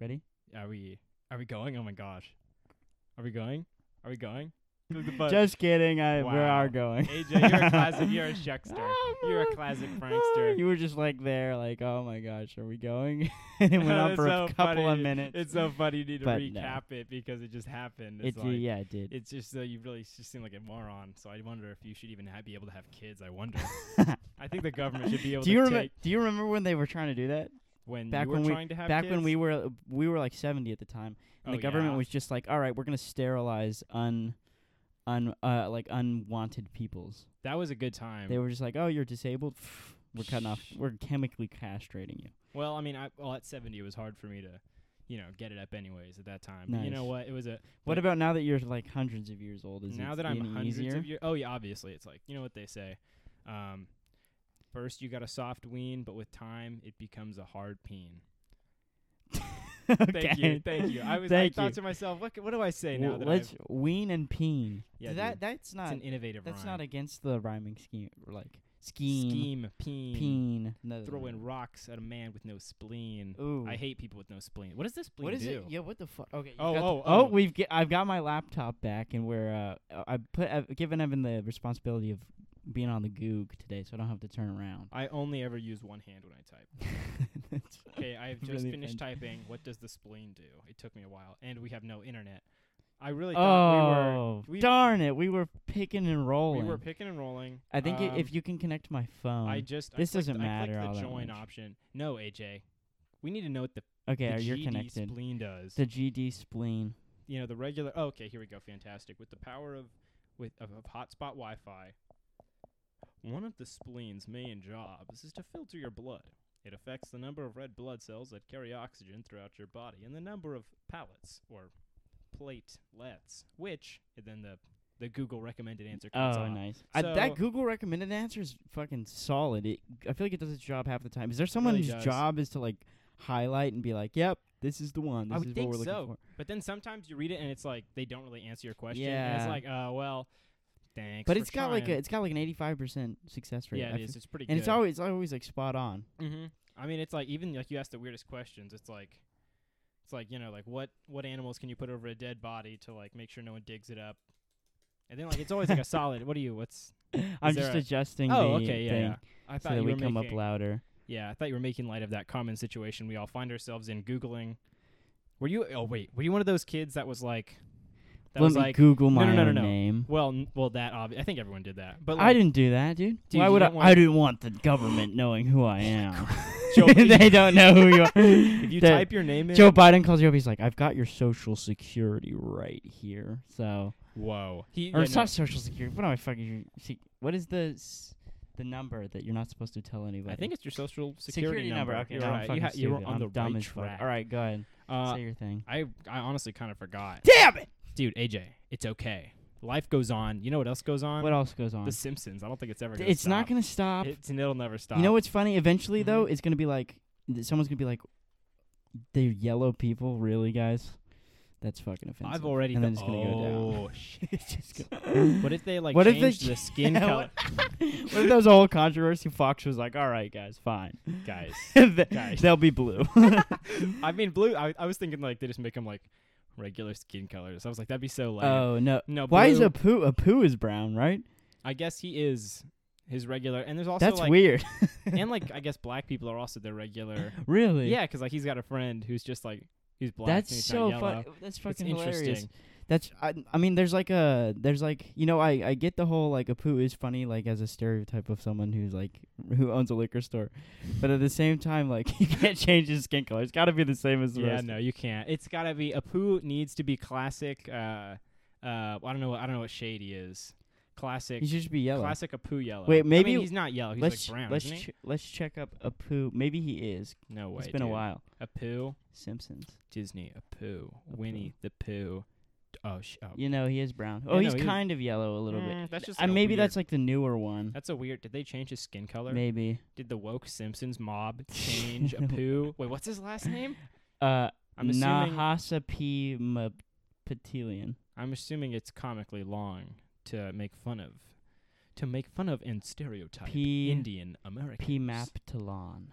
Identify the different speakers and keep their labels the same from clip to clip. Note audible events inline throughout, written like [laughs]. Speaker 1: Ready?
Speaker 2: Are we? Are we going? Oh my gosh. Are we going? Are we going? [laughs] Click the button.
Speaker 1: Just kidding. I we are
Speaker 2: Wow.
Speaker 1: going.
Speaker 2: AJ, you're a classic.
Speaker 1: [laughs]
Speaker 2: You're a shuckster.
Speaker 1: I'm
Speaker 2: You're
Speaker 1: a-
Speaker 2: a classic prankster.
Speaker 1: You were just like there, like, oh my gosh, are we going? [laughs] and it went on
Speaker 2: [laughs] It's
Speaker 1: for a
Speaker 2: so
Speaker 1: couple of
Speaker 2: funny.
Speaker 1: minutes.
Speaker 2: It's so funny. You need to
Speaker 1: But no.
Speaker 2: recap it because it just happened.
Speaker 1: It
Speaker 2: It's
Speaker 1: did-
Speaker 2: like,
Speaker 1: yeah, it did.
Speaker 2: It's just uh, you really just seem like a moron. So I wonder if you should even ha- be able to have kids. I
Speaker 1: [laughs]
Speaker 2: wonder. I think the government should be able
Speaker 1: do you
Speaker 2: to
Speaker 1: remember?
Speaker 2: take
Speaker 1: Do you remember when they were trying to do that?
Speaker 2: when
Speaker 1: back
Speaker 2: you were
Speaker 1: when we-
Speaker 2: trying to have
Speaker 1: Back
Speaker 2: kids?
Speaker 1: when we were we were like seventy at the time,
Speaker 2: Oh,
Speaker 1: and the government
Speaker 2: yeah.
Speaker 1: was just like, all right, we're gonna sterilize un, un uh, like unwanted peoples.
Speaker 2: that was a good time.
Speaker 1: They were just like, oh, you're disabled. Pff, We're cutting off. We're chemically castrating you.
Speaker 2: Well, I mean, I, well, at 70, it was hard for me to, you know, get it up anyways at that time. But You know
Speaker 1: Nice.
Speaker 2: what? It was a.
Speaker 1: What
Speaker 2: But-
Speaker 1: about now that you're like hundreds of years old? Is
Speaker 2: now
Speaker 1: it
Speaker 2: that I'm
Speaker 1: any
Speaker 2: hundreds
Speaker 1: easier?
Speaker 2: of years. Oh, yeah, obviously. It's like, you know what they say. Um, first, you got a soft wean, but with time, it becomes a hard peen. Thank you.
Speaker 1: [laughs] Okay.
Speaker 2: Thank you. I was
Speaker 1: Thank
Speaker 2: I
Speaker 1: you.
Speaker 2: thought to myself, what, c- what do I say now?
Speaker 1: W-
Speaker 2: That
Speaker 1: let's
Speaker 2: I've-
Speaker 1: wean and peen.
Speaker 2: Yeah,
Speaker 1: that
Speaker 2: dude.
Speaker 1: that's
Speaker 2: it's
Speaker 1: not
Speaker 2: an innovative
Speaker 1: that's
Speaker 2: rhyme.
Speaker 1: not against the rhyming scheme. or, Like scheme,
Speaker 2: scheme, peen.
Speaker 1: peen. No,
Speaker 2: Throw in rocks at a man with no spleen.
Speaker 1: Ooh.
Speaker 2: I hate people with no spleen. What does this spleen
Speaker 1: What is
Speaker 2: do?
Speaker 1: it? Yeah, what the fuck? Okay. you've
Speaker 2: Oh,
Speaker 1: got the-
Speaker 2: oh,
Speaker 1: oh,
Speaker 2: oh.
Speaker 1: We've get, I've got my laptop back, and we're uh, I put I've given Evan the responsibility of being on the Goog today, so I don't have to
Speaker 2: [laughs]
Speaker 1: turn around. [laughs]
Speaker 2: I only ever use one hand when I type.
Speaker 1: That's-
Speaker 2: Okay, I've just
Speaker 1: Really
Speaker 2: finished
Speaker 1: offend-
Speaker 2: typing. What does the spleen do? It took me a while, and we have no internet. I really thought
Speaker 1: oh,
Speaker 2: we were- we-
Speaker 1: darn it! We were picking and
Speaker 2: we were
Speaker 1: rolling.
Speaker 2: we were picking and rolling.
Speaker 1: I think i
Speaker 2: Um,
Speaker 1: if you can connect my phone.
Speaker 2: I just
Speaker 1: this
Speaker 2: I clicked,
Speaker 1: doesn't matter
Speaker 2: I
Speaker 1: all
Speaker 2: clicked the
Speaker 1: that
Speaker 2: join
Speaker 1: much.
Speaker 2: option. No, AJ, we need to know what the,
Speaker 1: okay,
Speaker 2: the
Speaker 1: are
Speaker 2: GD
Speaker 1: you connected?
Speaker 2: spleen does.
Speaker 1: The GD spleen.
Speaker 2: you know the regular. Oh, okay, here we go. Fantastic. With the power of with of, of hotspot Wi-Fi, one of the spleen's main jobs is to filter your blood. It affects the number of red blood cells that carry oxygen throughout your body and the number of pallets or platelets, which and then the the Google recommended answer comes
Speaker 1: Oh,
Speaker 2: up.
Speaker 1: nice. I, that
Speaker 2: So-
Speaker 1: Google recommended answer is fucking solid. It, I feel like it does its job half the time. Is there someone
Speaker 2: really
Speaker 1: whose
Speaker 2: does.
Speaker 1: job is to like highlight and be like, "Yep, this is the one. This
Speaker 2: I would
Speaker 1: is
Speaker 2: think
Speaker 1: what we're
Speaker 2: so.
Speaker 1: looking for."
Speaker 2: But then sometimes you read it and it's like they don't really answer your question. And
Speaker 1: Yeah.
Speaker 2: it's like, oh well, thanks.
Speaker 1: But
Speaker 2: for
Speaker 1: it's got like a
Speaker 2: trying."
Speaker 1: it's got like an eighty five percent success rate.
Speaker 2: yeah,
Speaker 1: I
Speaker 2: it is.
Speaker 1: feel-
Speaker 2: It's pretty good.
Speaker 1: and it's always it's always like spot on.
Speaker 2: Mm-hmm. I mean, it's like even like you ask the weirdest questions. It's like, it's like you know, like what what animals can you put over a dead body to like make sure no one digs it up, and then like it's
Speaker 1: [laughs]
Speaker 2: always like a solid. What do you? What's?
Speaker 1: I'm
Speaker 2: there
Speaker 1: just
Speaker 2: a-
Speaker 1: adjusting
Speaker 2: Oh,
Speaker 1: the
Speaker 2: okay, yeah,
Speaker 1: thing
Speaker 2: yeah. I
Speaker 1: so
Speaker 2: thought
Speaker 1: that
Speaker 2: you
Speaker 1: we
Speaker 2: were
Speaker 1: come up
Speaker 2: making,
Speaker 1: louder.
Speaker 2: Yeah, I thought you were making light of that common situation we all find ourselves in. Googling. Were you? Oh wait, were you one of those kids that was like? That
Speaker 1: Let
Speaker 2: was
Speaker 1: me
Speaker 2: like.
Speaker 1: Google
Speaker 2: no,
Speaker 1: my
Speaker 2: no, no,
Speaker 1: own
Speaker 2: no.
Speaker 1: name.
Speaker 2: Well, n- well, that obvi- I think everyone did that, but
Speaker 1: I
Speaker 2: like,
Speaker 1: didn't do that, dude.
Speaker 2: Dude,
Speaker 1: Why
Speaker 2: you
Speaker 1: would I?
Speaker 2: don't
Speaker 1: I
Speaker 2: wanna-
Speaker 1: didn't want the government knowing
Speaker 2: [laughs]
Speaker 1: who I am.
Speaker 2: Joe-
Speaker 1: [laughs] they don't know who you are.
Speaker 2: [laughs] If you
Speaker 1: That-
Speaker 2: type your name in,
Speaker 1: Joe Biden calls you up. He's like, "I've got your social security right here." So,
Speaker 2: whoa, he
Speaker 1: or
Speaker 2: yeah,
Speaker 1: it's
Speaker 2: no,
Speaker 1: not social security. What am I fucking? sec- What is the s- the number that you're not supposed to tell anybody?
Speaker 2: I think it's your social security,
Speaker 1: Okay,
Speaker 2: You're
Speaker 1: no, I'm
Speaker 2: right.
Speaker 1: fucking
Speaker 2: You ha- you were
Speaker 1: stupid.
Speaker 2: on
Speaker 1: I'm
Speaker 2: the
Speaker 1: dumb
Speaker 2: right
Speaker 1: as fuck.
Speaker 2: track.
Speaker 1: All right, go ahead.
Speaker 2: Uh,
Speaker 1: Say your thing.
Speaker 2: I I honestly kind of forgot.
Speaker 1: Damn it!
Speaker 2: Dude, AJ, it's okay. Life goes on. You know what else goes on?
Speaker 1: What else goes on?
Speaker 2: The Simpsons. I don't think it's ever. Gonna
Speaker 1: it's not
Speaker 2: stop.
Speaker 1: gonna stop.
Speaker 2: It's and it'll never stop.
Speaker 1: You know what's funny? Eventually, though,
Speaker 2: Mhm.
Speaker 1: it's gonna be like th- someone's gonna be like, "They're yellow people, really, guys." That's fucking offensive.
Speaker 2: I've already.
Speaker 1: And
Speaker 2: thought
Speaker 1: then it's gonna go down.
Speaker 2: oh [laughs] shit.
Speaker 1: [laughs] It's [laughs] gonna-
Speaker 2: What if they like
Speaker 1: What if they
Speaker 2: changed
Speaker 1: [laughs]
Speaker 2: the skin
Speaker 1: Yeah,
Speaker 2: color,
Speaker 1: what- [laughs] What if that was a whole controversy? Fox was like, "All right, guys, fine.
Speaker 2: guys?
Speaker 1: Th-
Speaker 2: [laughs] Guys.
Speaker 1: [laughs] They'll
Speaker 2: [laughs]
Speaker 1: be blue." [laughs]
Speaker 2: I mean, blue. I, I was thinking like they just make them like regular skin colors. I was like, that'd be so lame.
Speaker 1: oh no!
Speaker 2: no,
Speaker 1: Why is
Speaker 2: blue-
Speaker 1: a poo? A poo is brown, right?
Speaker 2: I guess he is his regular, and there's also
Speaker 1: That's
Speaker 2: like,
Speaker 1: weird. [laughs]
Speaker 2: and like I guess black people are also their regular.
Speaker 1: really?
Speaker 2: yeah, because like he's got a friend who's just like he's black.
Speaker 1: That's
Speaker 2: and he's
Speaker 1: so
Speaker 2: not yellow.
Speaker 1: fun. That's
Speaker 2: It's
Speaker 1: fucking
Speaker 2: interesting.
Speaker 1: hilarious. That's I, I mean there's like a there's like you know I I get the whole like a poo is funny like as a stereotype of someone who's like who owns a liquor store, but at the same time like [laughs] you can't change his skin color. It's got to be the same as the
Speaker 2: Yeah,
Speaker 1: rest.
Speaker 2: no, you can't. It's gotta be Apu needs to be classic. Uh, uh, I don't know. I don't know what shade he is. Classic.
Speaker 1: He should just be yellow.
Speaker 2: Classic Apu yellow.
Speaker 1: Wait,
Speaker 2: I mean,
Speaker 1: maybe-
Speaker 2: he's not yellow. He's
Speaker 1: let's
Speaker 2: like brown,
Speaker 1: let's
Speaker 2: isn't he?
Speaker 1: ch- let's check up a poo. Maybe he is.
Speaker 2: no way.
Speaker 1: it's been a
Speaker 2: dude.
Speaker 1: while.
Speaker 2: Apu,
Speaker 1: Simpsons.
Speaker 2: Disney, Apu, Winnie the Pooh. Oh, sh- oh.
Speaker 1: You know he is brown. Oh,
Speaker 2: Yeah,
Speaker 1: he's
Speaker 2: no, he is-
Speaker 1: kind of yellow a little bit.
Speaker 2: Mm, That's just
Speaker 1: Uh,
Speaker 2: a
Speaker 1: maybe
Speaker 2: weird-
Speaker 1: that's like the newer one.
Speaker 2: that's a weird. Did they change his skin color?
Speaker 1: Maybe.
Speaker 2: Did the woke Simpsons
Speaker 1: [laughs]
Speaker 2: mob change Apu? Wait, what's his last name?
Speaker 1: Uh,
Speaker 2: I'm assuming.
Speaker 1: Nahasa P. M- Petilian.
Speaker 2: I'm assuming it's comically long to make fun of, to make fun of and stereotype
Speaker 1: P-
Speaker 2: Indian Americans.
Speaker 1: P. Map Talon.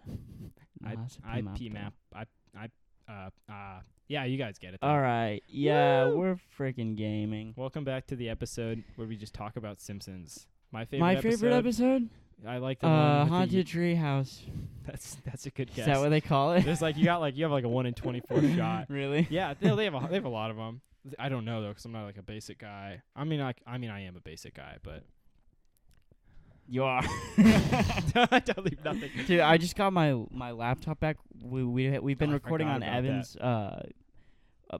Speaker 2: I
Speaker 1: Nahasa
Speaker 2: I
Speaker 1: P. Map
Speaker 2: P
Speaker 1: Talon.
Speaker 2: map I I uh uh Yeah, you guys get it. then.
Speaker 1: All right. Yeah,
Speaker 2: Woo!
Speaker 1: we're freaking gaming.
Speaker 2: Welcome back to the episode where we just talk about Simpsons. My favorite.
Speaker 1: My
Speaker 2: episode,
Speaker 1: favorite episode?
Speaker 2: I like the one
Speaker 1: Uh,
Speaker 2: with the-
Speaker 1: Haunted Treehouse.
Speaker 2: [laughs] that's that's a good
Speaker 1: Is
Speaker 2: guess.
Speaker 1: that what they call it?
Speaker 2: There's like you got like you have like a one in twenty
Speaker 1: [laughs]
Speaker 2: four shot.
Speaker 1: really?
Speaker 2: [laughs] Yeah, they, they have a, they have a lot of them. I don't know though, because I'm not like a basic guy. I mean, I I mean I am a basic guy, but oh,
Speaker 1: You are. [laughs]
Speaker 2: [laughs] I don't leave nothing.
Speaker 1: Dude, I just got my my laptop back. We we we've been
Speaker 2: Oh, I
Speaker 1: recording
Speaker 2: forgot
Speaker 1: on
Speaker 2: about
Speaker 1: Evan's uh, uh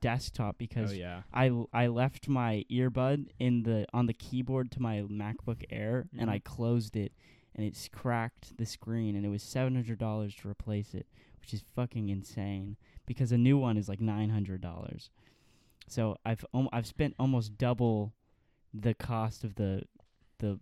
Speaker 1: desktop
Speaker 2: Oh
Speaker 1: because
Speaker 2: yeah,
Speaker 1: I l- I left my earbud in the on the keyboard to my MacBook Air and I
Speaker 2: Mhm.
Speaker 1: closed it and it's cracked the screen and it was seven hundred dollars to replace it, which is fucking insane because a new one is like nine hundred dollars. So I've om- I've spent almost double the cost of the the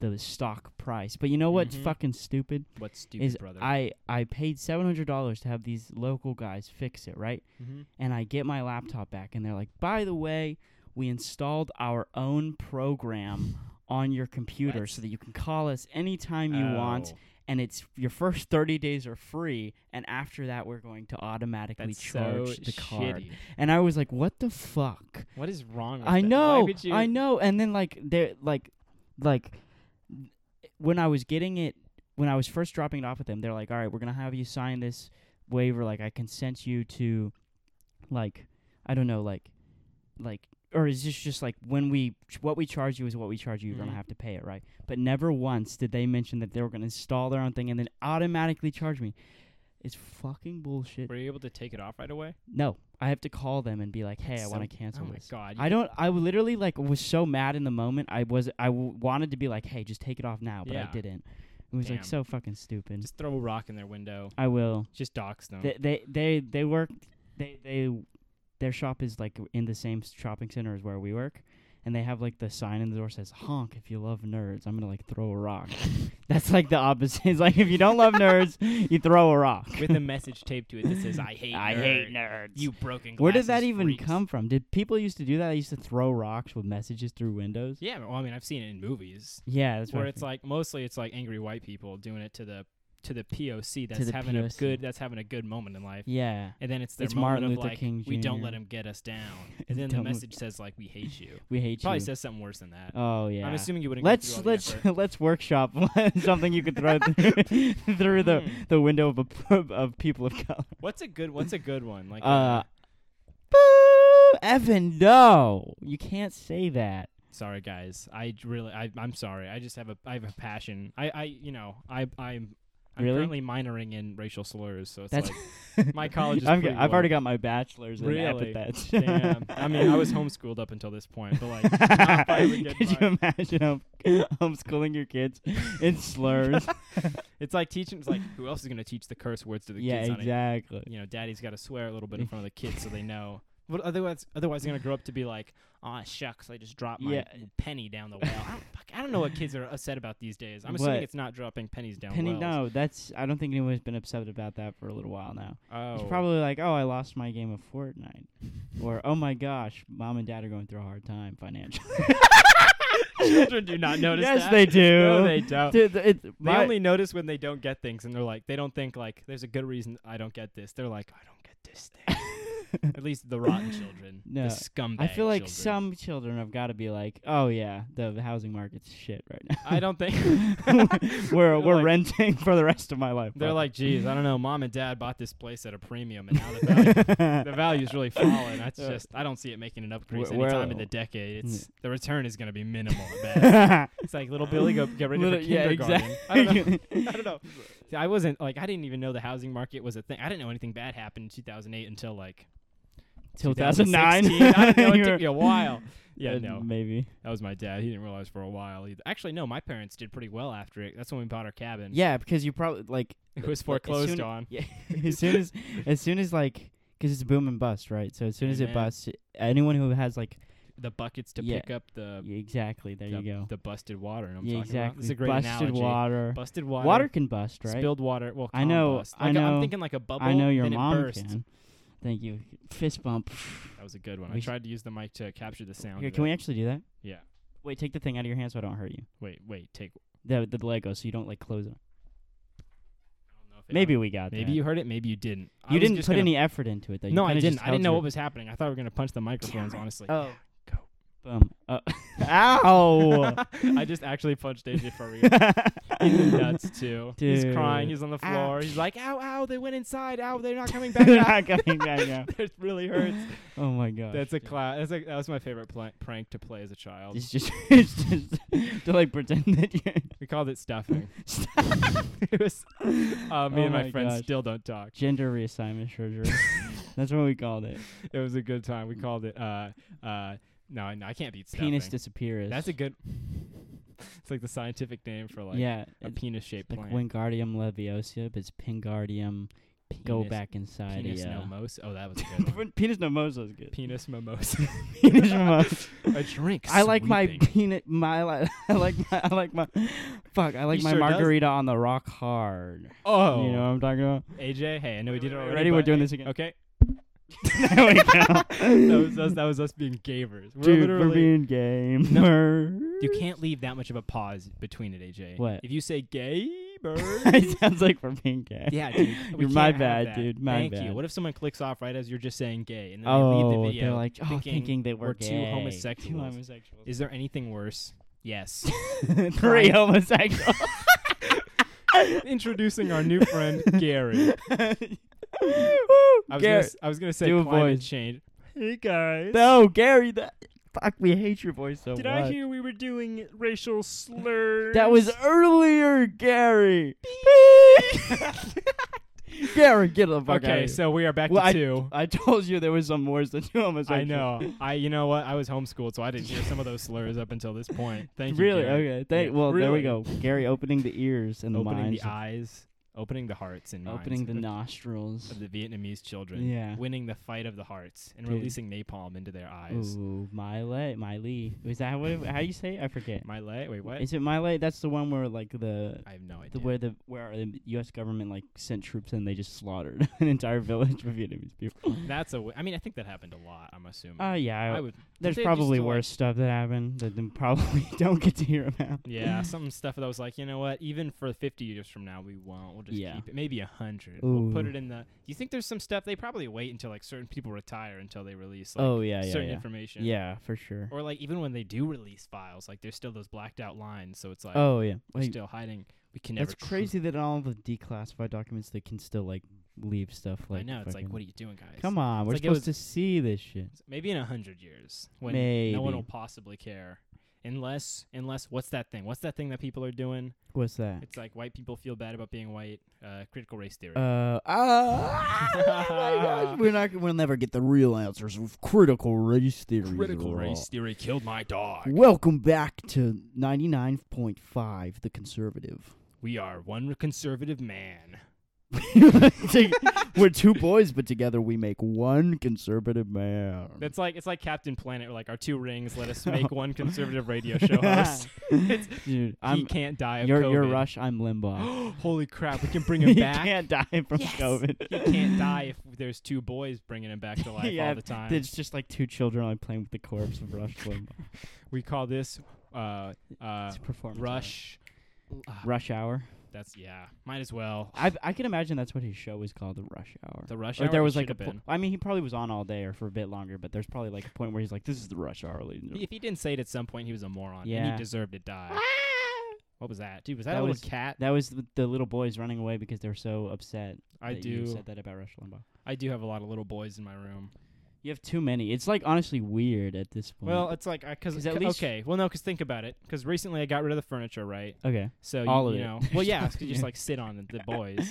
Speaker 1: the stock price. But you know what's
Speaker 2: Mhm.
Speaker 1: fucking stupid
Speaker 2: what's stupid,
Speaker 1: is
Speaker 2: brother?
Speaker 1: I I paid seven hundred dollars to have these local guys fix it, right?
Speaker 2: mm-hmm.
Speaker 1: and I get my laptop back, and they're like, by the way, we installed our own program on your computer
Speaker 2: What?
Speaker 1: so that you can call us anytime you want,
Speaker 2: Oh,
Speaker 1: and it's your first 30 days are free, and after that, we're going to automatically
Speaker 2: That's
Speaker 1: charge
Speaker 2: so
Speaker 1: the card.
Speaker 2: shitty.
Speaker 1: And I was like, what the fuck?
Speaker 2: What is wrong? with
Speaker 1: I
Speaker 2: that? Why
Speaker 1: know,
Speaker 2: would you-
Speaker 1: I know. And then like there, like, like when I was getting it, when I was first dropping it off with them, they're like, "All right, we're gonna have you sign this waiver. Like, I consent you to, like, I don't know, like, like." Or is this just like when we what we charge you is what we charge you? You're
Speaker 2: Mhm.
Speaker 1: gonna have to pay it, right? But never once did they mention that they were gonna install their own thing and then automatically charge me. It's fucking bullshit.
Speaker 2: Were you able to take it off right away?
Speaker 1: No, I have to call them and be like, "Hey, I
Speaker 2: That's
Speaker 1: want to
Speaker 2: so-
Speaker 1: cancel
Speaker 2: oh my
Speaker 1: this."
Speaker 2: god! you
Speaker 1: I don't. I literally like was so mad in the moment. I was. I w- wanted to be like, "Hey, just take it off now," but
Speaker 2: Yeah.
Speaker 1: I didn't. It was
Speaker 2: Damn.
Speaker 1: like so fucking stupid.
Speaker 2: Just Oh. throw a rock in their window.
Speaker 1: I will.
Speaker 2: Just dox them.
Speaker 1: They, they they they work. They they their shop is like in the same s- shopping center as where we work, and they have like the sign in the door says "Honk if you love nerds." I'm gonna like throw a rock. [laughs] That's like the opposite. It's like if you don't love nerds, you throw a rock.
Speaker 2: [laughs] with a message taped to it that
Speaker 1: [laughs]
Speaker 2: says, "I hate,
Speaker 1: I
Speaker 2: nerd.
Speaker 1: hate nerds.
Speaker 2: you broken."
Speaker 1: Where did that
Speaker 2: glasses
Speaker 1: even
Speaker 2: freaks."
Speaker 1: come from? Did people used to do that? They used to throw rocks with messages through windows.
Speaker 2: Yeah, well, I mean, I've seen it in movies
Speaker 1: Yeah, that's
Speaker 2: where
Speaker 1: what I
Speaker 2: it's like mostly it's like angry white people doing it to the to the POC that's
Speaker 1: the
Speaker 2: having a
Speaker 1: POC.
Speaker 2: good that's having a good moment in life,
Speaker 1: Yeah,
Speaker 2: and then it's their
Speaker 1: It's
Speaker 2: moment
Speaker 1: Martin
Speaker 2: of
Speaker 1: Luther
Speaker 2: like
Speaker 1: King
Speaker 2: we don't
Speaker 1: Jr..
Speaker 2: let him get us
Speaker 1: [laughs]
Speaker 2: down, and then the
Speaker 1: Don't let-
Speaker 2: message says like we hate
Speaker 1: [laughs]
Speaker 2: you.
Speaker 1: we hate
Speaker 2: Probably
Speaker 1: you.
Speaker 2: says something worse than that.
Speaker 1: oh yeah.
Speaker 2: I'm assuming you wouldn't. go through
Speaker 1: let's
Speaker 2: all the
Speaker 1: let's
Speaker 2: effort.
Speaker 1: [laughs] let's workshop something you could
Speaker 2: [laughs]
Speaker 1: throw through, [laughs] through the
Speaker 2: Hmm.
Speaker 1: the window of a, of people of color.
Speaker 2: What's a good What's a good one? Like
Speaker 1: Uh, Boo! Evan, no, you can't say that.
Speaker 2: sorry guys i j- really I, i'm sorry i just have a i have a passion i i you know i i'm i'm
Speaker 1: Really?
Speaker 2: currently minoring in racial slurs so it's
Speaker 1: That's
Speaker 2: like
Speaker 1: [laughs]
Speaker 2: my college is
Speaker 1: I'm,
Speaker 2: pretty
Speaker 1: I've already
Speaker 2: woke.
Speaker 1: got my bachelor's
Speaker 2: Really?
Speaker 1: in epithets.
Speaker 2: damn i mean i
Speaker 1: [laughs]
Speaker 2: was homeschooled up until this point but like not by the good
Speaker 1: Could you
Speaker 2: vibes.
Speaker 1: imagine home, [laughs] homeschooling your kids
Speaker 2: [laughs]
Speaker 1: in slurs?
Speaker 2: it's like teaching it's like who else is going to teach the curse words to the
Speaker 1: yeah,
Speaker 2: kids on
Speaker 1: exactly.
Speaker 2: it you know daddy's got to swear a little bit in front of the kids so they
Speaker 1: [laughs]
Speaker 2: know but otherwise, otherwise they're gonna grow up to be like, ah, shucks, I just dropped my
Speaker 1: Yeah.
Speaker 2: penny down the well. I don't, fuck, I don't know what kids are upset about these days. I'm assuming
Speaker 1: What?
Speaker 2: it's not dropping pennies down
Speaker 1: Penny,
Speaker 2: wells.
Speaker 1: no, that's. I don't think anyone's been upset about that for a little while now.
Speaker 2: Oh.
Speaker 1: It's probably like, oh, I lost my game of Fortnite, or oh my gosh, mom and dad are going through a hard time financially.
Speaker 2: [laughs] Children do not notice
Speaker 1: yes,
Speaker 2: that. [laughs]
Speaker 1: they do.
Speaker 2: No, they don't.
Speaker 1: [laughs] Dude, th- it's
Speaker 2: Oh. They
Speaker 1: my-
Speaker 2: only notice when they don't get things, and they're like, they don't think like there's a good reason I don't get this. They're like, I don't get this
Speaker 1: [laughs]
Speaker 2: thing. At least the rotten children,
Speaker 1: No,
Speaker 2: the scumbag.
Speaker 1: I feel like
Speaker 2: children.
Speaker 1: some children have got to be like, oh yeah, the, the housing market's shit right
Speaker 2: [laughs]
Speaker 1: now.
Speaker 2: [laughs] I don't think
Speaker 1: we're
Speaker 2: They're
Speaker 1: we're
Speaker 2: like-
Speaker 1: renting for the rest of my life.
Speaker 2: They're
Speaker 1: Papa.
Speaker 2: like, geez, I don't know. Mom and dad bought this place at a premium, and now the value,
Speaker 1: [laughs]
Speaker 2: the value's really fallen. That's
Speaker 1: Uh,
Speaker 2: just, I don't see it making an upgrade
Speaker 1: Wh- where-
Speaker 2: anytime in the decade.
Speaker 1: Mm.
Speaker 2: It's the return is going to be minimal at
Speaker 1: [laughs]
Speaker 2: best. It's like little Billy, go get ready
Speaker 1: Little-
Speaker 2: for
Speaker 1: yeah,
Speaker 2: kindergarten.
Speaker 1: exactly.
Speaker 2: I don't know. [laughs] I
Speaker 1: [laughs]
Speaker 2: don't know. See, I wasn't like I didn't even know the housing market was a thing. I didn't know anything bad happened in 2008 until like
Speaker 1: 2009.
Speaker 2: 2016. I didn't know
Speaker 1: [laughs] You
Speaker 2: it
Speaker 1: were-
Speaker 2: took me a while. Yeah,
Speaker 1: Uh,
Speaker 2: no,
Speaker 1: Maybe.
Speaker 2: that was my dad. He didn't realize for a while either. Actually, no, my parents did pretty well after it. That's when we bought our cabin.
Speaker 1: Yeah, because you probably like
Speaker 2: [laughs] it was
Speaker 1: Like, as
Speaker 2: foreclosed
Speaker 1: soon-
Speaker 2: on.
Speaker 1: Yeah, as soon as as soon as like because it's boom and bust, right? So as soon as
Speaker 2: Amen.
Speaker 1: it busts, anyone who has like
Speaker 2: The buckets to
Speaker 1: Yeah.
Speaker 2: pick up the
Speaker 1: yeah, exactly, there
Speaker 2: the,
Speaker 1: you go.
Speaker 2: the busted water. And I'm
Speaker 1: Oh. yeah,
Speaker 2: talking about.
Speaker 1: exactly.
Speaker 2: This is a great
Speaker 1: busted
Speaker 2: analogy.
Speaker 1: water.
Speaker 2: Busted water.
Speaker 1: Water can bust, right?
Speaker 2: Spilled water. Well,
Speaker 1: I
Speaker 2: calm
Speaker 1: know-
Speaker 2: Bust.
Speaker 1: I
Speaker 2: Like, I'm
Speaker 1: know-
Speaker 2: thinking like a bubble.
Speaker 1: I know your
Speaker 2: then it
Speaker 1: mom
Speaker 2: bursts.
Speaker 1: can. Thank you. Fist bump.
Speaker 2: That was a good one. I
Speaker 1: We sh-
Speaker 2: tried to use the mic to capture the sound.
Speaker 1: Here,
Speaker 2: of
Speaker 1: can
Speaker 2: it.
Speaker 1: we actually do that?
Speaker 2: Yeah.
Speaker 1: Wait, take the thing out of your hand so I don't hurt you.
Speaker 2: Wait, wait, take.
Speaker 1: The the Lego, so you don't like close it.
Speaker 2: I don't know if it.
Speaker 1: Maybe we got
Speaker 2: Maybe
Speaker 1: that.
Speaker 2: you heard it. Maybe you didn't. I
Speaker 1: You
Speaker 2: was
Speaker 1: didn't
Speaker 2: just
Speaker 1: put
Speaker 2: gonna-
Speaker 1: any effort into it though. You
Speaker 2: no, I
Speaker 1: kinda just
Speaker 2: didn't. I didn't
Speaker 1: held
Speaker 2: know
Speaker 1: your-
Speaker 2: what was happening. I thought we were gonna punch the microphones. Honestly.
Speaker 1: Oh.
Speaker 2: Go.
Speaker 1: Boom. Uh, [laughs] ow.
Speaker 2: [laughs] I just actually punched AJ for real. He's in nuts
Speaker 1: [laughs]
Speaker 2: too. He's crying.
Speaker 1: Dude.
Speaker 2: He's on the
Speaker 1: Ow.
Speaker 2: floor. He's like, "Ow, ow! They went inside. Ow! They're not
Speaker 1: [laughs]
Speaker 2: coming back
Speaker 1: They're
Speaker 2: out.
Speaker 1: not coming
Speaker 2: [laughs]
Speaker 1: back out.
Speaker 2: it really hurts."
Speaker 1: Oh my god.
Speaker 2: That's a class. That's a, that was my favorite pla- prank to play as a child.
Speaker 1: It's just, it's just to like pretend that you're.
Speaker 2: We called it [laughs]
Speaker 1: [laughs]
Speaker 2: stuffing. it was. Uh, me
Speaker 1: Oh
Speaker 2: and my,
Speaker 1: my
Speaker 2: friends
Speaker 1: gosh.
Speaker 2: still don't talk.
Speaker 1: [laughs] Gender reassignment
Speaker 2: [laughs]
Speaker 1: surgery. That's what we called it.
Speaker 2: It was a good time. We called it. Uh, uh, no, I- no, I can't beat stuffing.
Speaker 1: Mm. Penis disappears.
Speaker 2: That's a good. it's like the scientific name for like
Speaker 1: yeah.
Speaker 2: a
Speaker 1: it's
Speaker 2: penis-shaped
Speaker 1: like
Speaker 2: plant.
Speaker 1: Wingardium leviosa, but it's Pingardium. Go
Speaker 2: Penis-
Speaker 1: back inside.
Speaker 2: Penis
Speaker 1: yeah.
Speaker 2: mimosa. Oh, that was a
Speaker 1: [laughs]
Speaker 2: good. one.
Speaker 1: When penis mimosa is good.
Speaker 2: penis
Speaker 1: [laughs]
Speaker 2: mimosa. [laughs]
Speaker 1: Penis mimosa.
Speaker 2: a drink.
Speaker 1: I like my
Speaker 2: sweeping.
Speaker 1: peanut. My li- [laughs] I like my. I like my. Fuck! I like
Speaker 2: He
Speaker 1: my
Speaker 2: sure does.
Speaker 1: margarita on the rock hard.
Speaker 2: [laughs] Oh,
Speaker 1: You know what I'm talking about?
Speaker 2: AJ. Hey, I know we
Speaker 1: Wait,
Speaker 2: did it
Speaker 1: wait,
Speaker 2: already.
Speaker 1: ready? We're
Speaker 2: but-
Speaker 1: doing this again.
Speaker 2: Okay.
Speaker 1: there we [laughs] go.
Speaker 2: that was us. That was us being gamers. We're
Speaker 1: Dude,
Speaker 2: literally.
Speaker 1: we're being gamers.
Speaker 2: you can't leave that much of a pause between it, AJ.
Speaker 1: What?
Speaker 2: If you say
Speaker 1: [laughs]
Speaker 2: gamer.
Speaker 1: it sounds like we're being gay.
Speaker 2: [laughs] yeah, dude. we
Speaker 1: [laughs] You're- my
Speaker 2: can't have
Speaker 1: bad,
Speaker 2: that.
Speaker 1: dude. My
Speaker 2: Thank
Speaker 1: bad.
Speaker 2: you. What if someone clicks off right as you're just saying gay, and then they leave
Speaker 1: Oh,
Speaker 2: the
Speaker 1: they are
Speaker 2: video?
Speaker 1: like oh, thinking,
Speaker 2: thinking
Speaker 1: they were,
Speaker 2: we're two
Speaker 1: gay.
Speaker 2: homosexuals. [laughs]
Speaker 1: Two homosexuals.
Speaker 2: Is there anything worse? Yes.
Speaker 1: [laughs]
Speaker 2: [laughs]
Speaker 1: Three [laughs] homosexuals.
Speaker 2: Introducing our new friend Gary. I was, gonna,
Speaker 1: Gary.
Speaker 2: s- I was gonna say
Speaker 1: do a
Speaker 2: climate
Speaker 1: voice.
Speaker 2: change. Hey guys.
Speaker 1: No, Gary. That fuck. We hate your voice so
Speaker 2: Did
Speaker 1: much.
Speaker 2: I hear we were doing racial slurs?
Speaker 1: That was
Speaker 2: [laughs]
Speaker 1: earlier, Gary. Gary, get the fuck out
Speaker 2: okay.
Speaker 1: of
Speaker 2: So we are back
Speaker 1: Well,
Speaker 2: to two.
Speaker 1: I told you there was some worse than two homosexuals.
Speaker 2: I
Speaker 1: [laughs]
Speaker 2: know. I you know what? I was homeschooled, so I didn't hear some of those slurs up until this point. Thank you.
Speaker 1: really?
Speaker 2: Gary.
Speaker 1: Okay. Thank,
Speaker 2: Yeah,
Speaker 1: well, there we
Speaker 2: really.
Speaker 1: go. Gary opening the ears and the
Speaker 2: Opening
Speaker 1: minds,
Speaker 2: the eyes, opening the hearts, and minds
Speaker 1: opening the
Speaker 2: of-
Speaker 1: nostrils.
Speaker 2: of the Vietnamese children.
Speaker 1: Yeah.
Speaker 2: Winning the fight of the hearts and
Speaker 1: Dude.
Speaker 2: releasing napalm into their eyes.
Speaker 1: Ooh, Miley. Miley. Is that what? It, how you say? It? I forget.
Speaker 2: My leg. Wait, what?
Speaker 1: Is it Miley? That's the one where like the.
Speaker 2: I have no idea.
Speaker 1: The, where the where the U.S. government like sent troops and they just slaughtered [laughs] an entire village of Vietnamese people.
Speaker 2: That's a. W- I mean, I think that happened a lot. I'm assuming.
Speaker 1: Oh yeah, I-
Speaker 2: [laughs] I would.
Speaker 1: There's
Speaker 2: They just
Speaker 1: probably
Speaker 2: to, like-
Speaker 1: worse stuff that happened that then probably [laughs] don't get to hear about.
Speaker 2: [laughs] Yeah, some stuff that was like, you know what? Even for 50 years from now, we won't. We'll just
Speaker 1: Yeah.
Speaker 2: keep it. Maybe a hundred. We'll put
Speaker 1: Ooh.
Speaker 2: it in the. You think there's some stuff they probably wait until like certain people retire until they release like
Speaker 1: oh yeah, yeah,
Speaker 2: certain
Speaker 1: yeah.
Speaker 2: information.
Speaker 1: Yeah, for sure.
Speaker 2: Or like even when they do release files, like there's still those blacked out lines, so it's like
Speaker 1: oh yeah.
Speaker 2: we're
Speaker 1: Wait,
Speaker 2: still hiding. We can never. [laughs]
Speaker 1: that's
Speaker 2: tru-
Speaker 1: crazy that in all the declassified documents they can still like leave stuff like.
Speaker 2: I know. It's like,
Speaker 1: fucking-
Speaker 2: what are you doing, guys?
Speaker 1: Come on, we're
Speaker 2: like it was-
Speaker 1: supposed to see this shit.
Speaker 2: Maybe in a hundred years when no one
Speaker 1: Maybe.
Speaker 2: will possibly care, unless unless what's that thing? What's that thing that people are doing?
Speaker 1: What's that?
Speaker 2: It's like white people feel bad about being white. Uh, critical race theory.
Speaker 1: Uh, ah, [laughs] oh my
Speaker 2: [laughs]
Speaker 1: gosh, we're not. We'll never get the real answers of critical race theory.
Speaker 2: Critical
Speaker 1: at
Speaker 2: race
Speaker 1: all.
Speaker 2: theory killed my dog.
Speaker 1: Welcome back to ninety nine point five, the conservative. [laughs]
Speaker 2: We are one conservative man.
Speaker 1: We're
Speaker 2: [laughs]
Speaker 1: two boys, but together we make one conservative man.
Speaker 2: That's like it's like Captain Planet. Like our two rings let
Speaker 1: [laughs]
Speaker 2: us make one conservative radio show host. It's-
Speaker 1: Dude,
Speaker 2: he
Speaker 1: I'm
Speaker 2: can't die of
Speaker 1: you're
Speaker 2: COVID.
Speaker 1: you're Rush. I'm Limbaugh.
Speaker 2: Holy crap! Uh, We can [laughs]
Speaker 1: [laughs]
Speaker 2: bring him
Speaker 1: he
Speaker 2: back.
Speaker 1: can't die from
Speaker 2: Yes!
Speaker 1: COVID.
Speaker 2: He can't die if there's two boys bringing him
Speaker 1: [laughs]
Speaker 2: back to life
Speaker 1: Yeah,
Speaker 2: all the time.
Speaker 1: It's just like two children like playing with the corpse of Rush Limbaugh.
Speaker 2: we call this uh, uh,
Speaker 1: It's a performance ah.
Speaker 2: Rush.
Speaker 1: art. Rush Hour.
Speaker 2: That's yeah. Might as well.
Speaker 1: I I can imagine that's what his show was called, the Rush Hour.
Speaker 2: The Rush
Speaker 1: or
Speaker 2: Hour.
Speaker 1: there
Speaker 2: it
Speaker 1: was like a.
Speaker 2: should have
Speaker 1: Po- I mean, he probably was on all day or for a bit longer, but there's probably like a point where he's like, "This is the Rush Hour." ladies and
Speaker 2: been. If he didn't say it at some point, he was a moron. And
Speaker 1: Yeah.
Speaker 2: he deserved to die. What was that, dude? Was that,
Speaker 1: That
Speaker 2: a little
Speaker 1: was-
Speaker 2: cat?
Speaker 1: That was the, the little boys running away because they were so upset.
Speaker 2: I
Speaker 1: that you
Speaker 2: do.
Speaker 1: said that about Rush Limbaugh.
Speaker 2: I do have a lot of little boys in my room.
Speaker 1: You have too many. It's like honestly weird at this point.
Speaker 2: Well, uh, it's like because
Speaker 1: 'Cause at least-
Speaker 2: okay. Well, no, because think about it. Because recently I got rid of the furniture, right?
Speaker 1: okay.
Speaker 2: So you,
Speaker 1: All of
Speaker 2: you
Speaker 1: it.
Speaker 2: know, well, yeah, 'cause
Speaker 1: [laughs]
Speaker 2: you just like sit on the boys.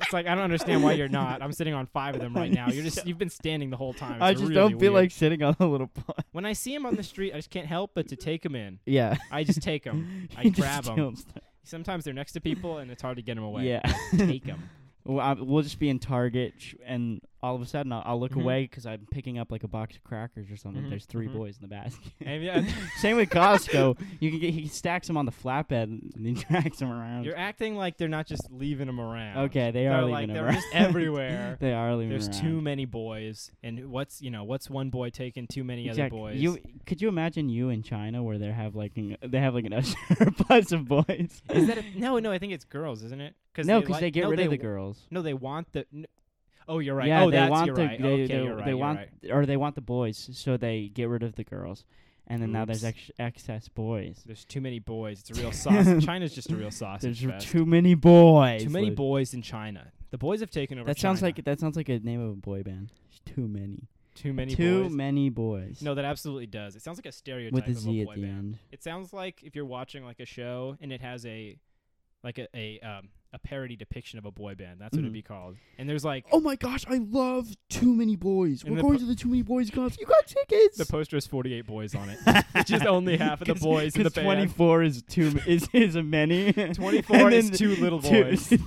Speaker 2: it's like I don't understand why you're not. I'm sitting on five of them right now. You're
Speaker 1: [laughs]
Speaker 2: just you've been standing the whole time. It's
Speaker 1: I just
Speaker 2: really
Speaker 1: don't feel
Speaker 2: weird.
Speaker 1: like sitting on a little [laughs] pot.
Speaker 2: when I see him on the street, I just can't help but to take him in.
Speaker 1: Yeah.
Speaker 2: I just take him.
Speaker 1: [laughs]
Speaker 2: I
Speaker 1: You just
Speaker 2: grab 'em.
Speaker 1: don't st-
Speaker 2: Sometimes they're next to people and it's hard to get them away.
Speaker 1: [laughs] Yeah.
Speaker 2: I take them.
Speaker 1: Well, I- we'll just be in Target sh- and all of a sudden I'll, I'll look
Speaker 2: Mhm.
Speaker 1: away because I'm picking up like a box of crackers or something.
Speaker 2: Mhm,
Speaker 1: There's 3
Speaker 2: mhm.
Speaker 1: boys in the basket. [laughs]
Speaker 2: And yeah, [laughs]
Speaker 1: Same with Costco. you can get he stacks them on the flatbed and then [laughs] drags them around.
Speaker 2: You're acting like they're not just leaving them around.
Speaker 1: okay, they
Speaker 2: they're
Speaker 1: are
Speaker 2: like
Speaker 1: leaving
Speaker 2: they're
Speaker 1: them around. [laughs]
Speaker 2: just everywhere.
Speaker 1: they are leaving.
Speaker 2: There's
Speaker 1: around.
Speaker 2: too many boys, and what's you know what's one boy taking too many
Speaker 1: Exact-
Speaker 2: other boys?
Speaker 1: You could you imagine you in China where they have like an, they have like an [laughs] surplus of boys?
Speaker 2: Is that a, no? No, I think it's girls, isn't it? Cause
Speaker 1: no,
Speaker 2: because
Speaker 1: because they get rid of the girls.
Speaker 2: No, they want the. N- oh, you're right.
Speaker 1: Yeah,
Speaker 2: oh,
Speaker 1: they
Speaker 2: that's
Speaker 1: want
Speaker 2: you're
Speaker 1: the
Speaker 2: right.
Speaker 1: they,
Speaker 2: okay,
Speaker 1: they,
Speaker 2: you're right.
Speaker 1: they
Speaker 2: you're
Speaker 1: want
Speaker 2: right.
Speaker 1: or they want the boys, so they get rid of the girls, and then now there's
Speaker 2: Oops.
Speaker 1: ex- excess boys.
Speaker 2: There's too many boys. It's a
Speaker 1: [laughs]
Speaker 2: real sausage. China's just a real sausage
Speaker 1: There's
Speaker 2: fest.
Speaker 1: too many boys.
Speaker 2: Too many
Speaker 1: Luke.
Speaker 2: boys in China. The boys have taken over.
Speaker 1: That sounds
Speaker 2: China.
Speaker 1: like that sounds like a name of a boy band. There's too many.
Speaker 2: too many
Speaker 1: too
Speaker 2: boys.
Speaker 1: many boys.
Speaker 2: no, that absolutely does. It sounds like a stereotype
Speaker 1: with a
Speaker 2: of
Speaker 1: Z
Speaker 2: a
Speaker 1: at
Speaker 2: boy
Speaker 1: the
Speaker 2: band.
Speaker 1: end.
Speaker 2: It sounds like if you're watching like a show and it has a like a a um a parody depiction of a boy band. That's what it'd
Speaker 1: Mhm.
Speaker 2: be called. And there's
Speaker 1: [laughs]
Speaker 2: like
Speaker 1: Oh my gosh, I love Too Many Boys.
Speaker 2: And
Speaker 1: We're
Speaker 2: the
Speaker 1: going
Speaker 2: po-
Speaker 1: to the Too Many Boys concert. You got tickets.
Speaker 2: the poster has 48 boys on
Speaker 1: [laughs]
Speaker 2: it. [laughs] It's just only half of the
Speaker 1: 'Cause-
Speaker 2: boys in the
Speaker 1: 'cause
Speaker 2: band.
Speaker 1: 24 is too m- is [laughs] is
Speaker 2: [laughs]
Speaker 1: a many.
Speaker 2: 24
Speaker 1: And
Speaker 2: is
Speaker 1: then
Speaker 2: two little
Speaker 1: two-
Speaker 2: boys.
Speaker 1: [laughs]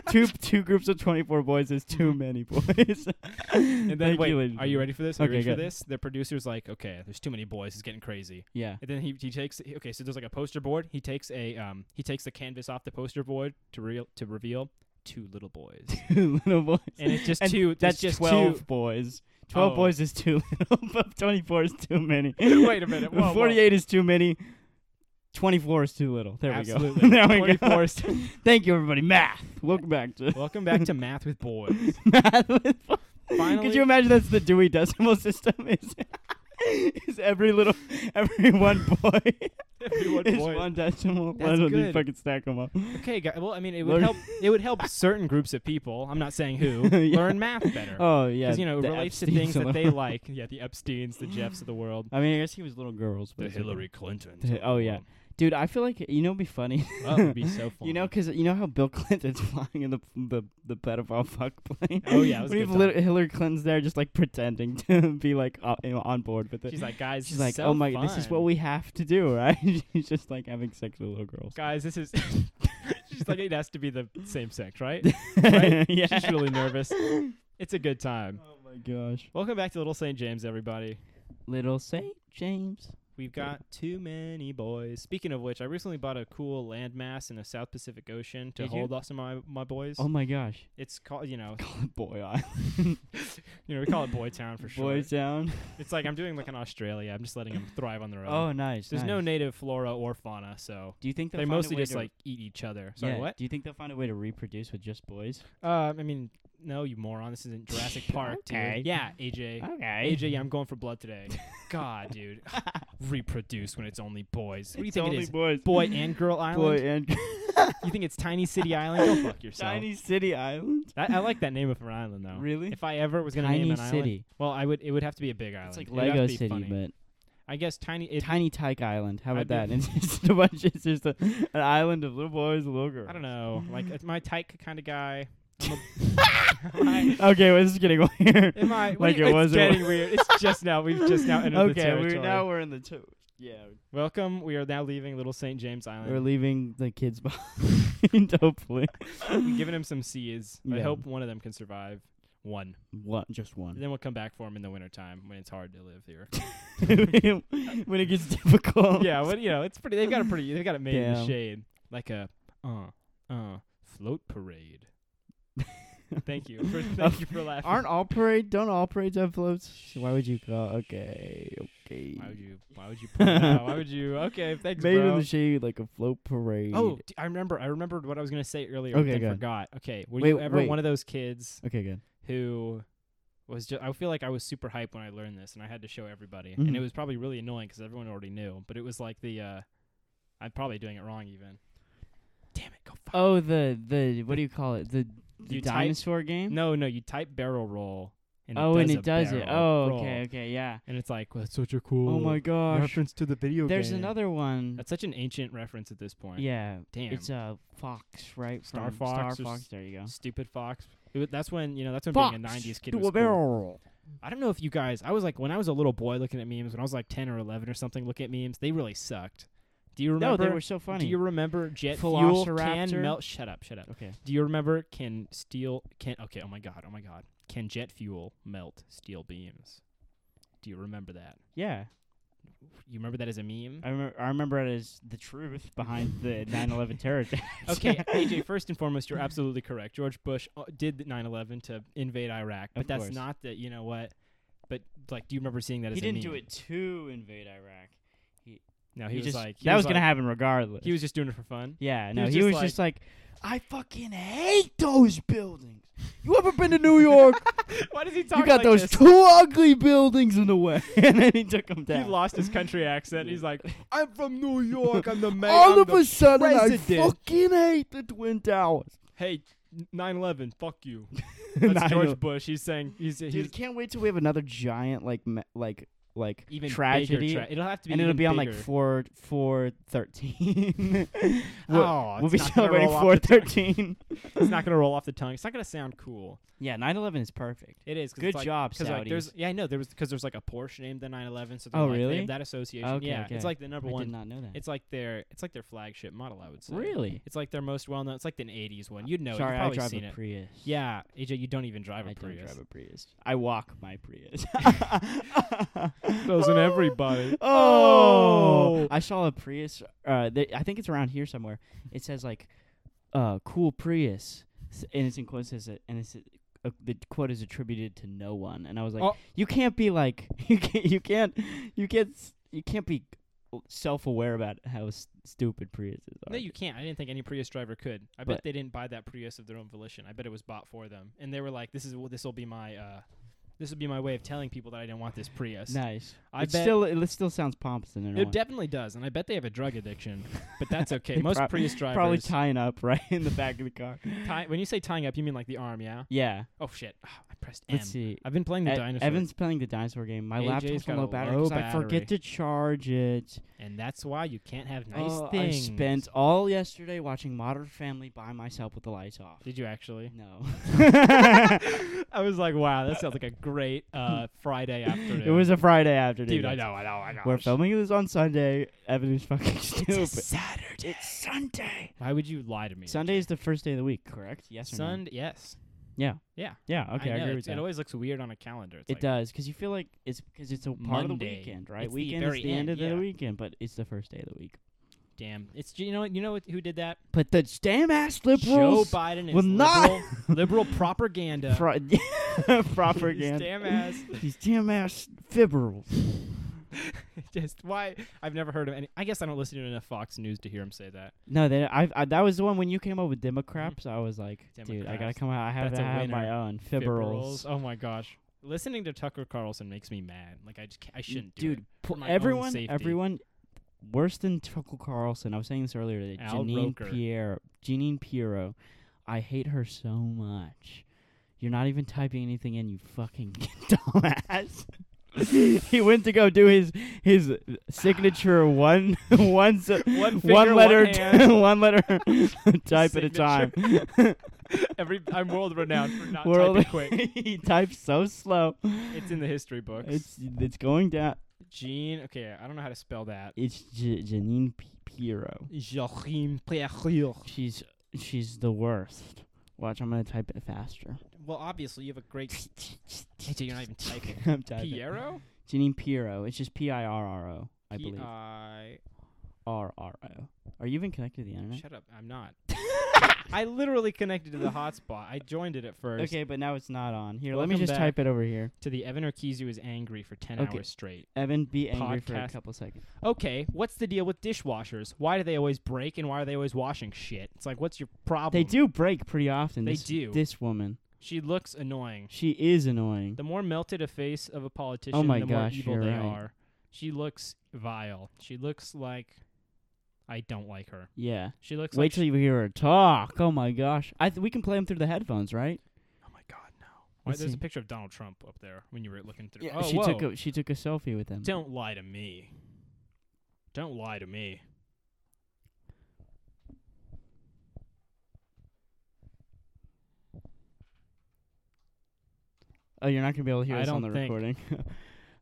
Speaker 2: Mm-hmm.
Speaker 1: two two groups of 24 boys is too many boys.
Speaker 2: And then wait, are you ready for this? Are
Speaker 1: Okay,
Speaker 2: you ready for
Speaker 1: good.
Speaker 2: this? The producer's like, okay, there's too many boys. It's getting crazy.
Speaker 1: Yeah.
Speaker 2: And then he, he takes he- okay, so there's like a poster board. He takes a um he takes the canvas off the poster board to real to reveal two little
Speaker 1: [laughs]
Speaker 2: boys.
Speaker 1: Two little boys.
Speaker 2: And it's just
Speaker 1: And
Speaker 2: two. it's
Speaker 1: That's
Speaker 2: just
Speaker 1: 12
Speaker 2: Two.
Speaker 1: boys. 12
Speaker 2: Oh.
Speaker 1: boys is too [laughs] little, but 24 is too many.
Speaker 2: [laughs] Wait a minute, whoa, whoa.
Speaker 1: 48 is too many. 24 is too little. There
Speaker 2: Absolutely.
Speaker 1: we go. [laughs] there we
Speaker 2: 24
Speaker 1: go.
Speaker 2: is too-
Speaker 1: Thank you, everybody. Math. Welcome back to
Speaker 2: Welcome back to Math with
Speaker 1: [laughs]
Speaker 2: Boys.
Speaker 1: math. Could
Speaker 2: Finally-
Speaker 1: you imagine that's the Dewey Decimal System? [laughs] Is is every little every one boy
Speaker 2: Everyone
Speaker 1: is
Speaker 2: boy.
Speaker 1: one decimal?
Speaker 2: That's
Speaker 1: Why don't you
Speaker 2: good.
Speaker 1: fucking stack them up?
Speaker 2: Okay, guys. Well, I mean, it
Speaker 1: Learn-
Speaker 2: would help. It would help certain groups of people. I'm not saying who
Speaker 1: [laughs] Yeah.
Speaker 2: learn math better.
Speaker 1: Oh yeah,
Speaker 2: Because you know it
Speaker 1: the
Speaker 2: relates
Speaker 1: Epsteins
Speaker 2: to things
Speaker 1: of
Speaker 2: that
Speaker 1: the [laughs]
Speaker 2: they
Speaker 1: world.
Speaker 2: like. Yeah, the Epstein's, the Jeffs of the world,
Speaker 1: [laughs] I mean, I guess he was little girls.
Speaker 2: the
Speaker 1: but it's
Speaker 2: Hillary [laughs]
Speaker 1: okay.
Speaker 2: Clintons.
Speaker 1: The-
Speaker 2: of the
Speaker 1: oh, yeah. [laughs]
Speaker 2: world.
Speaker 1: Dude, I feel like you know, it'd be funny. [laughs]
Speaker 2: Oh, that would be so fun.
Speaker 1: You know, because you know how Bill [laughs] Clinton's flying in the the, the pedophile fuck plane.
Speaker 2: Oh, yeah, it
Speaker 1: [laughs]
Speaker 2: was a
Speaker 1: we have
Speaker 2: good
Speaker 1: lit- Hillary Clinton's there, just like pretending to be like o- you know, on board with it.
Speaker 2: she's like, guys, this
Speaker 1: She's
Speaker 2: is
Speaker 1: like,
Speaker 2: so
Speaker 1: oh my, this is what
Speaker 2: fun.
Speaker 1: we have to do, [laughs] right? She's just like having sex with little girls.
Speaker 2: guys, this is. she's like, it has to be the same sex,
Speaker 1: [laughs]
Speaker 2: right? [laughs] Right?
Speaker 1: yeah.
Speaker 2: She's really nervous. It's a good time.
Speaker 1: oh my gosh.
Speaker 2: Welcome back to Little St. James, everybody.
Speaker 1: Little Saint James.
Speaker 2: We've got too many boys. Speaking of which, I recently bought a cool landmass in the South Pacific Ocean to
Speaker 1: Did you?
Speaker 2: hold us and my my boys.
Speaker 1: Oh my gosh. [laughs]
Speaker 2: It's called, you know, [laughs]
Speaker 1: Call it Boy Island.
Speaker 2: you know, we call it Boy Town for sure. [laughs]
Speaker 1: Boy Town.
Speaker 2: It's like I'm doing like in Australia. I'm just letting them thrive on their own.
Speaker 1: Oh, nice.
Speaker 2: There's no
Speaker 1: nice.
Speaker 2: native flora or fauna, so
Speaker 1: Do you think they'll
Speaker 2: they
Speaker 1: find a
Speaker 2: mostly
Speaker 1: way
Speaker 2: just
Speaker 1: to-
Speaker 2: like eat each other. Sorry,
Speaker 1: yeah,
Speaker 2: what?
Speaker 1: Do you think they'll find a way to reproduce with just boys?
Speaker 2: Uh, I mean, no, you moron. This isn't
Speaker 1: [laughs]
Speaker 2: Jurassic Park,
Speaker 1: Okay.
Speaker 2: dude. Yeah,
Speaker 1: [laughs]
Speaker 2: AJ.
Speaker 1: Okay.
Speaker 2: AJ, yeah, I'm going for blood today.
Speaker 1: [laughs]
Speaker 2: God, dude. Reproduce when it's only boys. What do you
Speaker 1: It's
Speaker 2: think it
Speaker 1: only
Speaker 2: is?
Speaker 1: boys. [laughs]
Speaker 2: Boy and Girl Island?
Speaker 1: Boy
Speaker 2: [laughs]
Speaker 1: and
Speaker 2: You think it's Tiny
Speaker 1: [laughs]
Speaker 2: City Island? Go fuck yourself.
Speaker 1: Tiny City Island.
Speaker 2: That, I like that name of an island though.
Speaker 1: Really?
Speaker 2: If I ever was gonna name
Speaker 1: Tiny
Speaker 2: an island,
Speaker 1: City.
Speaker 2: well, I would. It would have to be a big island.
Speaker 1: It's like
Speaker 2: It would have to
Speaker 1: Lego
Speaker 2: be
Speaker 1: City,
Speaker 2: funny.
Speaker 1: but
Speaker 2: I guess tiny. It,
Speaker 1: Tiny Tyke Island. How about
Speaker 2: I'd be-
Speaker 1: that? [laughs] And it's just a bunch. It's just a, an island of little boys, and little girls.
Speaker 2: I don't know. [laughs] Like it's my tyke kind of guy. I'm
Speaker 1: [laughs]
Speaker 2: a- [laughs] am I?
Speaker 1: okay, well, this is getting [laughs] weird.
Speaker 2: Am I what
Speaker 1: Like
Speaker 2: do you-
Speaker 1: it was
Speaker 2: It's
Speaker 1: a-
Speaker 2: getting weird. It's just now. We've just now entered the
Speaker 1: okay,
Speaker 2: territory.
Speaker 1: we're now we're in the two. Yeah,
Speaker 2: Welcome. We are now leaving Little Saint James Island.
Speaker 1: we're leaving the kids [laughs] behind. hopefully,
Speaker 2: I'm giving him some C's. I
Speaker 1: Yeah.
Speaker 2: hope one of them can survive. One.
Speaker 1: one just one. [laughs]
Speaker 2: Then we'll come back for him in the wintertime when it's hard to live here.
Speaker 1: when it gets
Speaker 2: [laughs]
Speaker 1: difficult.
Speaker 2: yeah, well, you know, it's pretty. They've got a pretty. They've got it made in the
Speaker 1: Damn.
Speaker 2: shade, like a uh uh float parade. Thank you. [laughs] For, thank you for laughing.
Speaker 1: Aren't all parade? Don't all parades have floats? Why would you call? Okay, okay.
Speaker 2: why would you? Why [laughs] would you? Put that out? Why would you? Okay, thanks,
Speaker 1: Made
Speaker 2: bro.
Speaker 1: in the shade, like a float parade.
Speaker 2: oh, d- I remember. I remembered what I was gonna say earlier.
Speaker 1: Okay,
Speaker 2: but
Speaker 1: go
Speaker 2: I
Speaker 1: ahead.
Speaker 2: forgot. Okay, were
Speaker 1: Wait,
Speaker 2: you ever
Speaker 1: wait.
Speaker 2: one of those kids
Speaker 1: okay, good.
Speaker 2: who was just? I feel like I was super hyped when I learned this, and I had to show everybody,
Speaker 1: Mhm.
Speaker 2: and it was probably really annoying because everyone already knew. But it was like the. uh I'm probably doing it wrong, even. Damn it! Go fuck.
Speaker 1: Oh, the the what do you call it? The, the
Speaker 2: You type-
Speaker 1: dinosaur game.
Speaker 2: Oh, No, no, you type barrel roll. And
Speaker 1: oh,
Speaker 2: it
Speaker 1: and
Speaker 2: does
Speaker 1: it
Speaker 2: a
Speaker 1: does it.
Speaker 2: barrel
Speaker 1: Oh,
Speaker 2: roll.
Speaker 1: okay, okay, yeah.
Speaker 2: And it's like, well, that's such a cool
Speaker 1: Oh my gosh.
Speaker 2: reference to the video
Speaker 1: There's
Speaker 2: game.
Speaker 1: another one.
Speaker 2: That's such an ancient reference at this point.
Speaker 1: yeah.
Speaker 2: Damn.
Speaker 1: It's a fox, right?
Speaker 2: Star
Speaker 1: from
Speaker 2: Fox
Speaker 1: Star
Speaker 2: or
Speaker 1: Fox.
Speaker 2: s-
Speaker 1: There you go.
Speaker 2: Stupid Fox. It wa- That's when you know. That's when being a '90s kid
Speaker 1: do
Speaker 2: was cool.
Speaker 1: a barrel roll.
Speaker 2: I don't know if you guys. I was like when I was a little boy looking at memes. When I was like 10 or 11 or something, looking at memes, they really sucked. Do you
Speaker 1: No,
Speaker 2: remember?
Speaker 1: they were so funny.
Speaker 2: Do you remember jet fuel
Speaker 1: Velociraptor?
Speaker 2: can melt? Shut up, shut up.
Speaker 1: okay.
Speaker 2: Do you remember can steel can okay, oh my god, oh my god. Can jet fuel melt steel beams? Do you remember that?
Speaker 1: Yeah,
Speaker 2: You remember that as a meme?
Speaker 1: I remember. I remember it as the truth behind the 9/11 terror attack.
Speaker 2: [laughs] okay, AJ, first and foremost, you're absolutely correct. George Bush uh, did the 9/11 to invade Iraq, but
Speaker 1: Of
Speaker 2: that's
Speaker 1: course.
Speaker 2: not the, you know what? But like, do you remember seeing that as
Speaker 1: He
Speaker 2: a
Speaker 1: didn't
Speaker 2: meme?
Speaker 1: do it to invade Iraq.
Speaker 2: No, he, was
Speaker 1: just,
Speaker 2: like he
Speaker 1: that was, gonna
Speaker 2: like-
Speaker 1: happen regardless.
Speaker 2: He was just doing it for fun.
Speaker 1: Yeah,
Speaker 2: He
Speaker 1: no,
Speaker 2: was
Speaker 1: he
Speaker 2: just
Speaker 1: was
Speaker 2: like-
Speaker 1: just like, I fucking hate those buildings. You ever been to
Speaker 2: [laughs]
Speaker 1: New York?
Speaker 2: Why does he talk
Speaker 1: you got
Speaker 2: like
Speaker 1: those
Speaker 2: this?
Speaker 1: two ugly buildings in the way. [laughs] and then he took them
Speaker 2: He
Speaker 1: down.
Speaker 2: lost his country accent. He's like, [laughs] I'm from New York. I'm the mayor.
Speaker 1: All
Speaker 2: I'm
Speaker 1: of
Speaker 2: the
Speaker 1: a sudden, I
Speaker 2: president."
Speaker 1: fucking hate the Twin Towers. [laughs]
Speaker 2: hey, 9/11, fuck you.
Speaker 1: And I
Speaker 2: That's George
Speaker 1: know-
Speaker 2: Bush. He's saying he's, he's
Speaker 1: Dude, can't wait till we have another giant like me- like like
Speaker 2: even bigger
Speaker 1: tragedy,
Speaker 2: tra- it'll have to be
Speaker 1: and it'll
Speaker 2: even
Speaker 1: be on like
Speaker 2: bigger.
Speaker 1: four four thirteen. [laughs] we'll,
Speaker 2: oh, it's
Speaker 1: we'll
Speaker 2: not gonna
Speaker 1: be celebrating
Speaker 2: roll off
Speaker 1: four
Speaker 2: the tongue. [laughs]
Speaker 1: thirteen.
Speaker 2: It's not gonna roll off the tongue. It's not gonna sound cool.
Speaker 1: Yeah, nine eleven is perfect.
Speaker 2: It is. 'cause
Speaker 1: Good
Speaker 2: it's like,
Speaker 1: job,
Speaker 2: Because like there's
Speaker 1: Saudis.
Speaker 2: yeah I know there was because there's like a Porsche named the 911 so they're
Speaker 1: Oh,
Speaker 2: like, they
Speaker 1: really?
Speaker 2: have that association
Speaker 1: Okay,
Speaker 2: yeah it's
Speaker 1: okay.
Speaker 2: like the number
Speaker 1: I did
Speaker 2: one
Speaker 1: not know that.
Speaker 2: it's like their it's like their flagship model I would say
Speaker 1: really.
Speaker 2: it's like their most well known it's like an 80s one you'd know
Speaker 1: Sorry,
Speaker 2: it.
Speaker 1: I
Speaker 2: you've probably
Speaker 1: drive
Speaker 2: seen
Speaker 1: a
Speaker 2: it
Speaker 1: Prius.
Speaker 2: yeah AJ you don't even drive a
Speaker 1: I don't
Speaker 2: Prius
Speaker 1: drive a Prius. I walk my
Speaker 2: [laughs]
Speaker 1: [laughs] Prius.
Speaker 2: Doesn't everybody?
Speaker 1: Oh,
Speaker 2: Oh.
Speaker 1: I saw a Prius. Uh, th- I think it's around here somewhere. It says like, uh, "Cool Prius," s- and it's in quotes. Says it, and it's uh, the quote is attributed to no one. And I was like,
Speaker 2: Oh.
Speaker 1: "You can't be like [laughs] you can't you can't you can't s- you can't be uh, self-aware about how s- stupid Priuses are."
Speaker 2: No, you can't. I didn't think any Prius driver could. I bet
Speaker 1: But-
Speaker 2: they didn't buy that Prius of their own volition. I bet it was bought for them, and they were like, "This is this will be my uh, this will be my way of telling people that I didn't want this Prius."
Speaker 1: nice.
Speaker 2: I
Speaker 1: it
Speaker 2: bet
Speaker 1: still it still sounds pompous and
Speaker 2: it
Speaker 1: annoying.
Speaker 2: definitely does, and I bet they have a drug addiction. but
Speaker 1: [laughs]
Speaker 2: that's okay.
Speaker 1: They
Speaker 2: Most [laughs]
Speaker 1: prob-
Speaker 2: Prius drivers
Speaker 1: Probably
Speaker 2: [laughs]
Speaker 1: tying up right in the back of the car.
Speaker 2: tie- when you say tying up, you mean like the arm, yeah?
Speaker 1: Yeah.
Speaker 2: Oh shit! I pressed M.
Speaker 1: Let's see.
Speaker 2: I've been playing the
Speaker 1: E-
Speaker 2: dinosaur,
Speaker 1: Evan's playing the dinosaur game. My
Speaker 2: AJ's
Speaker 1: laptop's
Speaker 2: got
Speaker 1: on
Speaker 2: a
Speaker 1: low battery
Speaker 2: low
Speaker 1: 'cause I
Speaker 2: battery.
Speaker 1: forget to charge it.
Speaker 2: and that's why you can't have nice
Speaker 1: Oh, I
Speaker 2: things.
Speaker 1: spent all yesterday watching Modern Family by myself with the lights off.
Speaker 2: Did you actually?
Speaker 1: No, [laughs]
Speaker 2: I was like, wow, that sounds like a great uh, Friday [laughs] afternoon.
Speaker 1: [laughs] it was a Friday afternoon.
Speaker 2: dude. I
Speaker 1: guys.
Speaker 2: know, I know, I know. [laughs]
Speaker 1: We're filming this on Sunday. Evan is fucking stupid.
Speaker 2: Saturday.
Speaker 1: It's Sunday.
Speaker 2: Why would you lie to me?
Speaker 1: Sunday is the first day of the week, correct? Yes or no?
Speaker 2: Sunday. Yes.
Speaker 1: Yeah.
Speaker 2: Yeah.
Speaker 1: Yeah. Okay, I,
Speaker 2: I, know,
Speaker 1: agree with
Speaker 2: it's- It
Speaker 1: that.
Speaker 2: always looks weird on a calendar. It's
Speaker 1: it
Speaker 2: like,
Speaker 1: does because you feel like it's because it's a part of the
Speaker 2: Monday.
Speaker 1: weekend, right?
Speaker 2: It's the
Speaker 1: weekend
Speaker 2: very
Speaker 1: is the end,
Speaker 2: end,
Speaker 1: of
Speaker 2: yeah.
Speaker 1: the weekend, but it's the first day of the week.
Speaker 2: Damn. It's you know what- you know what, who did that?
Speaker 1: But the damn ass liberals
Speaker 2: Joe Biden is
Speaker 1: will not-
Speaker 2: liberal,
Speaker 1: [laughs]
Speaker 2: liberal propaganda. [laughs]
Speaker 1: Pro- [laughs] propaganda.
Speaker 2: His damn ass. [laughs]
Speaker 1: These damn ass fibrils.
Speaker 2: Just why? I've never heard of any. I guess I don't listen to enough Fox News to hear him say that.
Speaker 1: No, they, I, I that was the one when you came up with Democrats. I was like, dude, I gotta
Speaker 2: Democraps.
Speaker 1: come out. I have
Speaker 2: That's
Speaker 1: to
Speaker 2: a
Speaker 1: have my
Speaker 2: winner.
Speaker 1: own fibrils.
Speaker 2: Oh my gosh. Listening to Tucker Carlson makes me mad. Like I just ca I shouldn't do
Speaker 1: dude.
Speaker 2: it.
Speaker 1: pu-
Speaker 2: for my own
Speaker 1: everyone,
Speaker 2: safety.
Speaker 1: everyone, worse than Tucker Carlson. I was saying this earlier. That
Speaker 2: Al
Speaker 1: Janine
Speaker 2: Roker.
Speaker 1: Pierre, Janine Pirro, I hate her so much. You're not even typing anything in, you fucking [laughs] dumbass. [laughs] he went to go do his his
Speaker 2: [sighs]
Speaker 1: signature one [laughs] one s-
Speaker 2: One
Speaker 1: one
Speaker 2: finger,
Speaker 1: letter
Speaker 2: one hand.
Speaker 1: [laughs]
Speaker 2: [laughs]
Speaker 1: one letter type at a
Speaker 2: Signature. [laughs]
Speaker 1: time.
Speaker 2: [laughs] Every I'm world renowned for not
Speaker 1: World-
Speaker 2: typing quick.
Speaker 1: [laughs] he types so
Speaker 2: [laughs]
Speaker 1: slow.
Speaker 2: It's in the history books.
Speaker 1: It's it's going down.
Speaker 2: Jean. Okay, I don't know how to spell that.
Speaker 1: It's J- Janine P- Pirro.
Speaker 2: Joachim Pierre.
Speaker 1: She's she's the worst. Watch, I'm gonna type it
Speaker 2: [laughs]
Speaker 1: faster.
Speaker 2: Well, obviously you have a great. AJ, you're not even typing.
Speaker 1: I'm typing.
Speaker 2: Piero.
Speaker 1: Janine Pirro. It's just P I R R O. I
Speaker 2: P
Speaker 1: believe
Speaker 2: I.
Speaker 1: R R O. Are you even connected to the internet?
Speaker 2: Shut up. I'm
Speaker 1: [laughs]
Speaker 2: not. I literally connected to the hotspot. I joined it at first.
Speaker 1: Okay, but now it's not on. Here, let me
Speaker 2: Welcome
Speaker 1: just type it over here.
Speaker 2: To the Evan Urquizu is angry for ten
Speaker 1: Okay.
Speaker 2: hours straight.
Speaker 1: Evan, be angry for a
Speaker 2: Podcast.
Speaker 1: couple seconds.
Speaker 2: Okay, what's the deal with dishwashers? Why do they always break and why are they always washing shit? It's like, what's your problem?
Speaker 1: They do break pretty often.
Speaker 2: They
Speaker 1: this,
Speaker 2: do.
Speaker 1: This woman,
Speaker 2: She looks annoying.
Speaker 1: she is annoying.
Speaker 2: The more melted a face of a politician,
Speaker 1: Oh my
Speaker 2: the more
Speaker 1: gosh,
Speaker 2: evil
Speaker 1: you're
Speaker 2: they
Speaker 1: right.
Speaker 2: are. She looks vile. She looks like I don't like her.
Speaker 1: Yeah.
Speaker 2: She looks
Speaker 1: Wait
Speaker 2: like
Speaker 1: till you hear her talk. Oh my gosh. I th- we can play them through the headphones, right?
Speaker 2: Oh my god, no. Why,
Speaker 1: Let's
Speaker 2: there's a
Speaker 1: see.
Speaker 2: picture of Donald Trump up there when you were looking through. oh,
Speaker 1: she
Speaker 2: whoa.
Speaker 1: took a she took a selfie with them.
Speaker 2: Don't lie to me. Don't lie to me.
Speaker 1: Oh, you're not gonna be able to hear
Speaker 2: I
Speaker 1: this on the Oh,
Speaker 2: don't think-
Speaker 1: recording.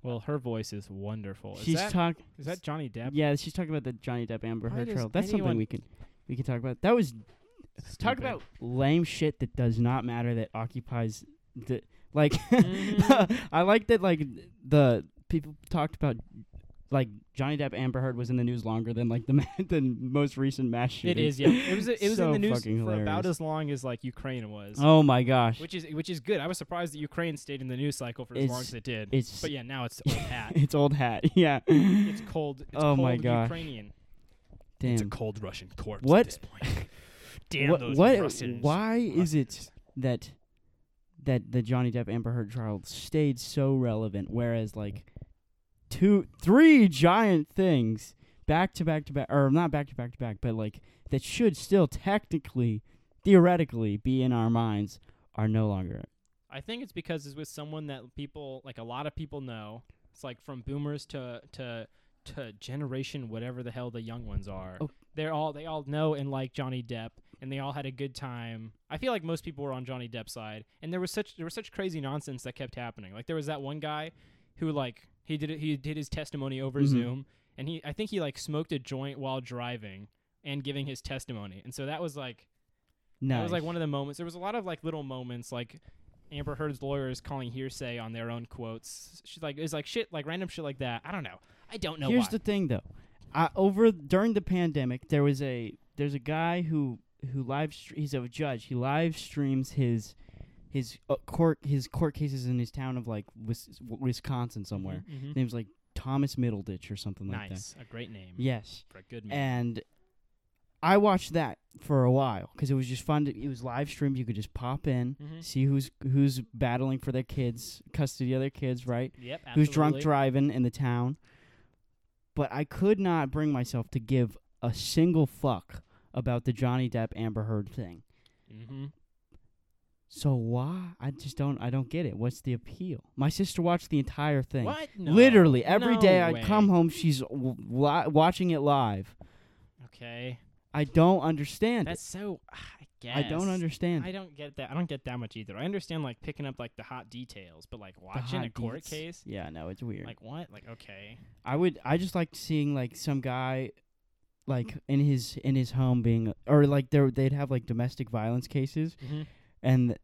Speaker 2: Well, her voice is wonderful. Is
Speaker 1: she's
Speaker 2: that,
Speaker 1: talking.
Speaker 2: is that Johnny Depp?
Speaker 1: Yeah, she's talking about the Johnny Depp Amber
Speaker 2: Why
Speaker 1: Heard
Speaker 2: does
Speaker 1: trial. That's something
Speaker 2: anyone-
Speaker 1: we can we can talk about. That was
Speaker 2: Stupid.
Speaker 1: talk [laughs] about lame shit that does not matter that occupies [laughs] the like.
Speaker 2: Mhm.
Speaker 1: I like that like the people talked about like Johnny Depp Amber Heard was in the news longer than like the [laughs] ma- than most recent mass
Speaker 2: It
Speaker 1: shooting.
Speaker 2: is, yeah. It
Speaker 1: [laughs]
Speaker 2: was it was in
Speaker 1: So
Speaker 2: the news for
Speaker 1: fucking
Speaker 2: about
Speaker 1: hilarious.
Speaker 2: as long as like Ukraine was,
Speaker 1: Oh my gosh!
Speaker 2: which is which is good. I was surprised that Ukraine stayed in the news cycle for as long
Speaker 1: It's-
Speaker 2: as it did.
Speaker 1: it's
Speaker 2: but yeah, now it's old hat.
Speaker 1: [laughs] it's old hat. [laughs] Yeah.
Speaker 2: It's cold. It's
Speaker 1: Oh
Speaker 2: cold
Speaker 1: my gosh.
Speaker 2: Ukrainian.
Speaker 1: Damn.
Speaker 2: cold Russian corpse
Speaker 1: What- this
Speaker 2: point. [laughs]
Speaker 1: What- what- Why is it that that the Johnny Depp Amber Heard trial stayed so relevant, whereas like two, three giant things back to back to back, or not back to back to back, but like that should still technically, theoretically, be in our minds are no longer.
Speaker 2: I think it's because it's with someone that people like a lot of people know. It's like from boomers to to to generation whatever the hell the young ones are.
Speaker 1: Oh.
Speaker 2: They're all they all know and like Johnny Depp and they all had a good time. I feel like most people were on Johnny Depp's side and there was such there was such crazy nonsense that kept happening. Like there was that one guy who like he did it, he did his testimony over
Speaker 1: Mhm.
Speaker 2: Zoom and he I think he like smoked a joint while driving and giving his testimony. And so that was like
Speaker 1: No,
Speaker 2: that was like one of the moments. There was a lot of like little moments, like Amber Heard's lawyer is calling hearsay on their own quotes. She's like, it's like shit, like random shit like that. I don't know. I don't know.
Speaker 1: Here's
Speaker 2: why.
Speaker 1: the thing, though. I, over during the pandemic, there was a there's a guy who who live stre- he's a judge. He live streams his his uh, court his court cases in his town of like Wis- Wisconsin somewhere.
Speaker 2: Mhm.
Speaker 1: His name's like Thomas Middleditch or something like that.
Speaker 2: Nice, Mm-hmm. a great name
Speaker 1: Yes,
Speaker 2: for a good man.
Speaker 1: and I watched that for a while because it was just fun. To, it was live streamed. You could just pop in,
Speaker 2: Mhm.
Speaker 1: see who's who's battling for their kids, custody of their kids, right?
Speaker 2: Yep,
Speaker 1: who's drunk
Speaker 2: absolutely.
Speaker 1: driving in the town. But I could not bring myself to give a single fuck about the Johnny Depp Amber Heard thing.
Speaker 2: Mhm.
Speaker 1: So why? I just don't. I don't get it. What's the appeal? My sister watched the entire thing.
Speaker 2: What? No.
Speaker 1: Literally every
Speaker 2: No
Speaker 1: day
Speaker 2: way.
Speaker 1: I'd come home, she's w- li- watching it live.
Speaker 2: Okay,
Speaker 1: I don't understand.
Speaker 2: that's so. I
Speaker 1: it.
Speaker 2: guess
Speaker 1: I don't understand.
Speaker 2: I don't get that. I don't get that much either. I understand like picking up like the hot details, but like
Speaker 1: The
Speaker 2: watching a
Speaker 1: hot
Speaker 2: court
Speaker 1: deets.
Speaker 2: case,
Speaker 1: Yeah, no, it's weird.
Speaker 2: like what? Like
Speaker 1: [laughs]
Speaker 2: okay,
Speaker 1: I would. I just liked seeing like some guy, like in his in his home being, or like there they'd have like domestic violence cases,
Speaker 2: mm-hmm.
Speaker 1: and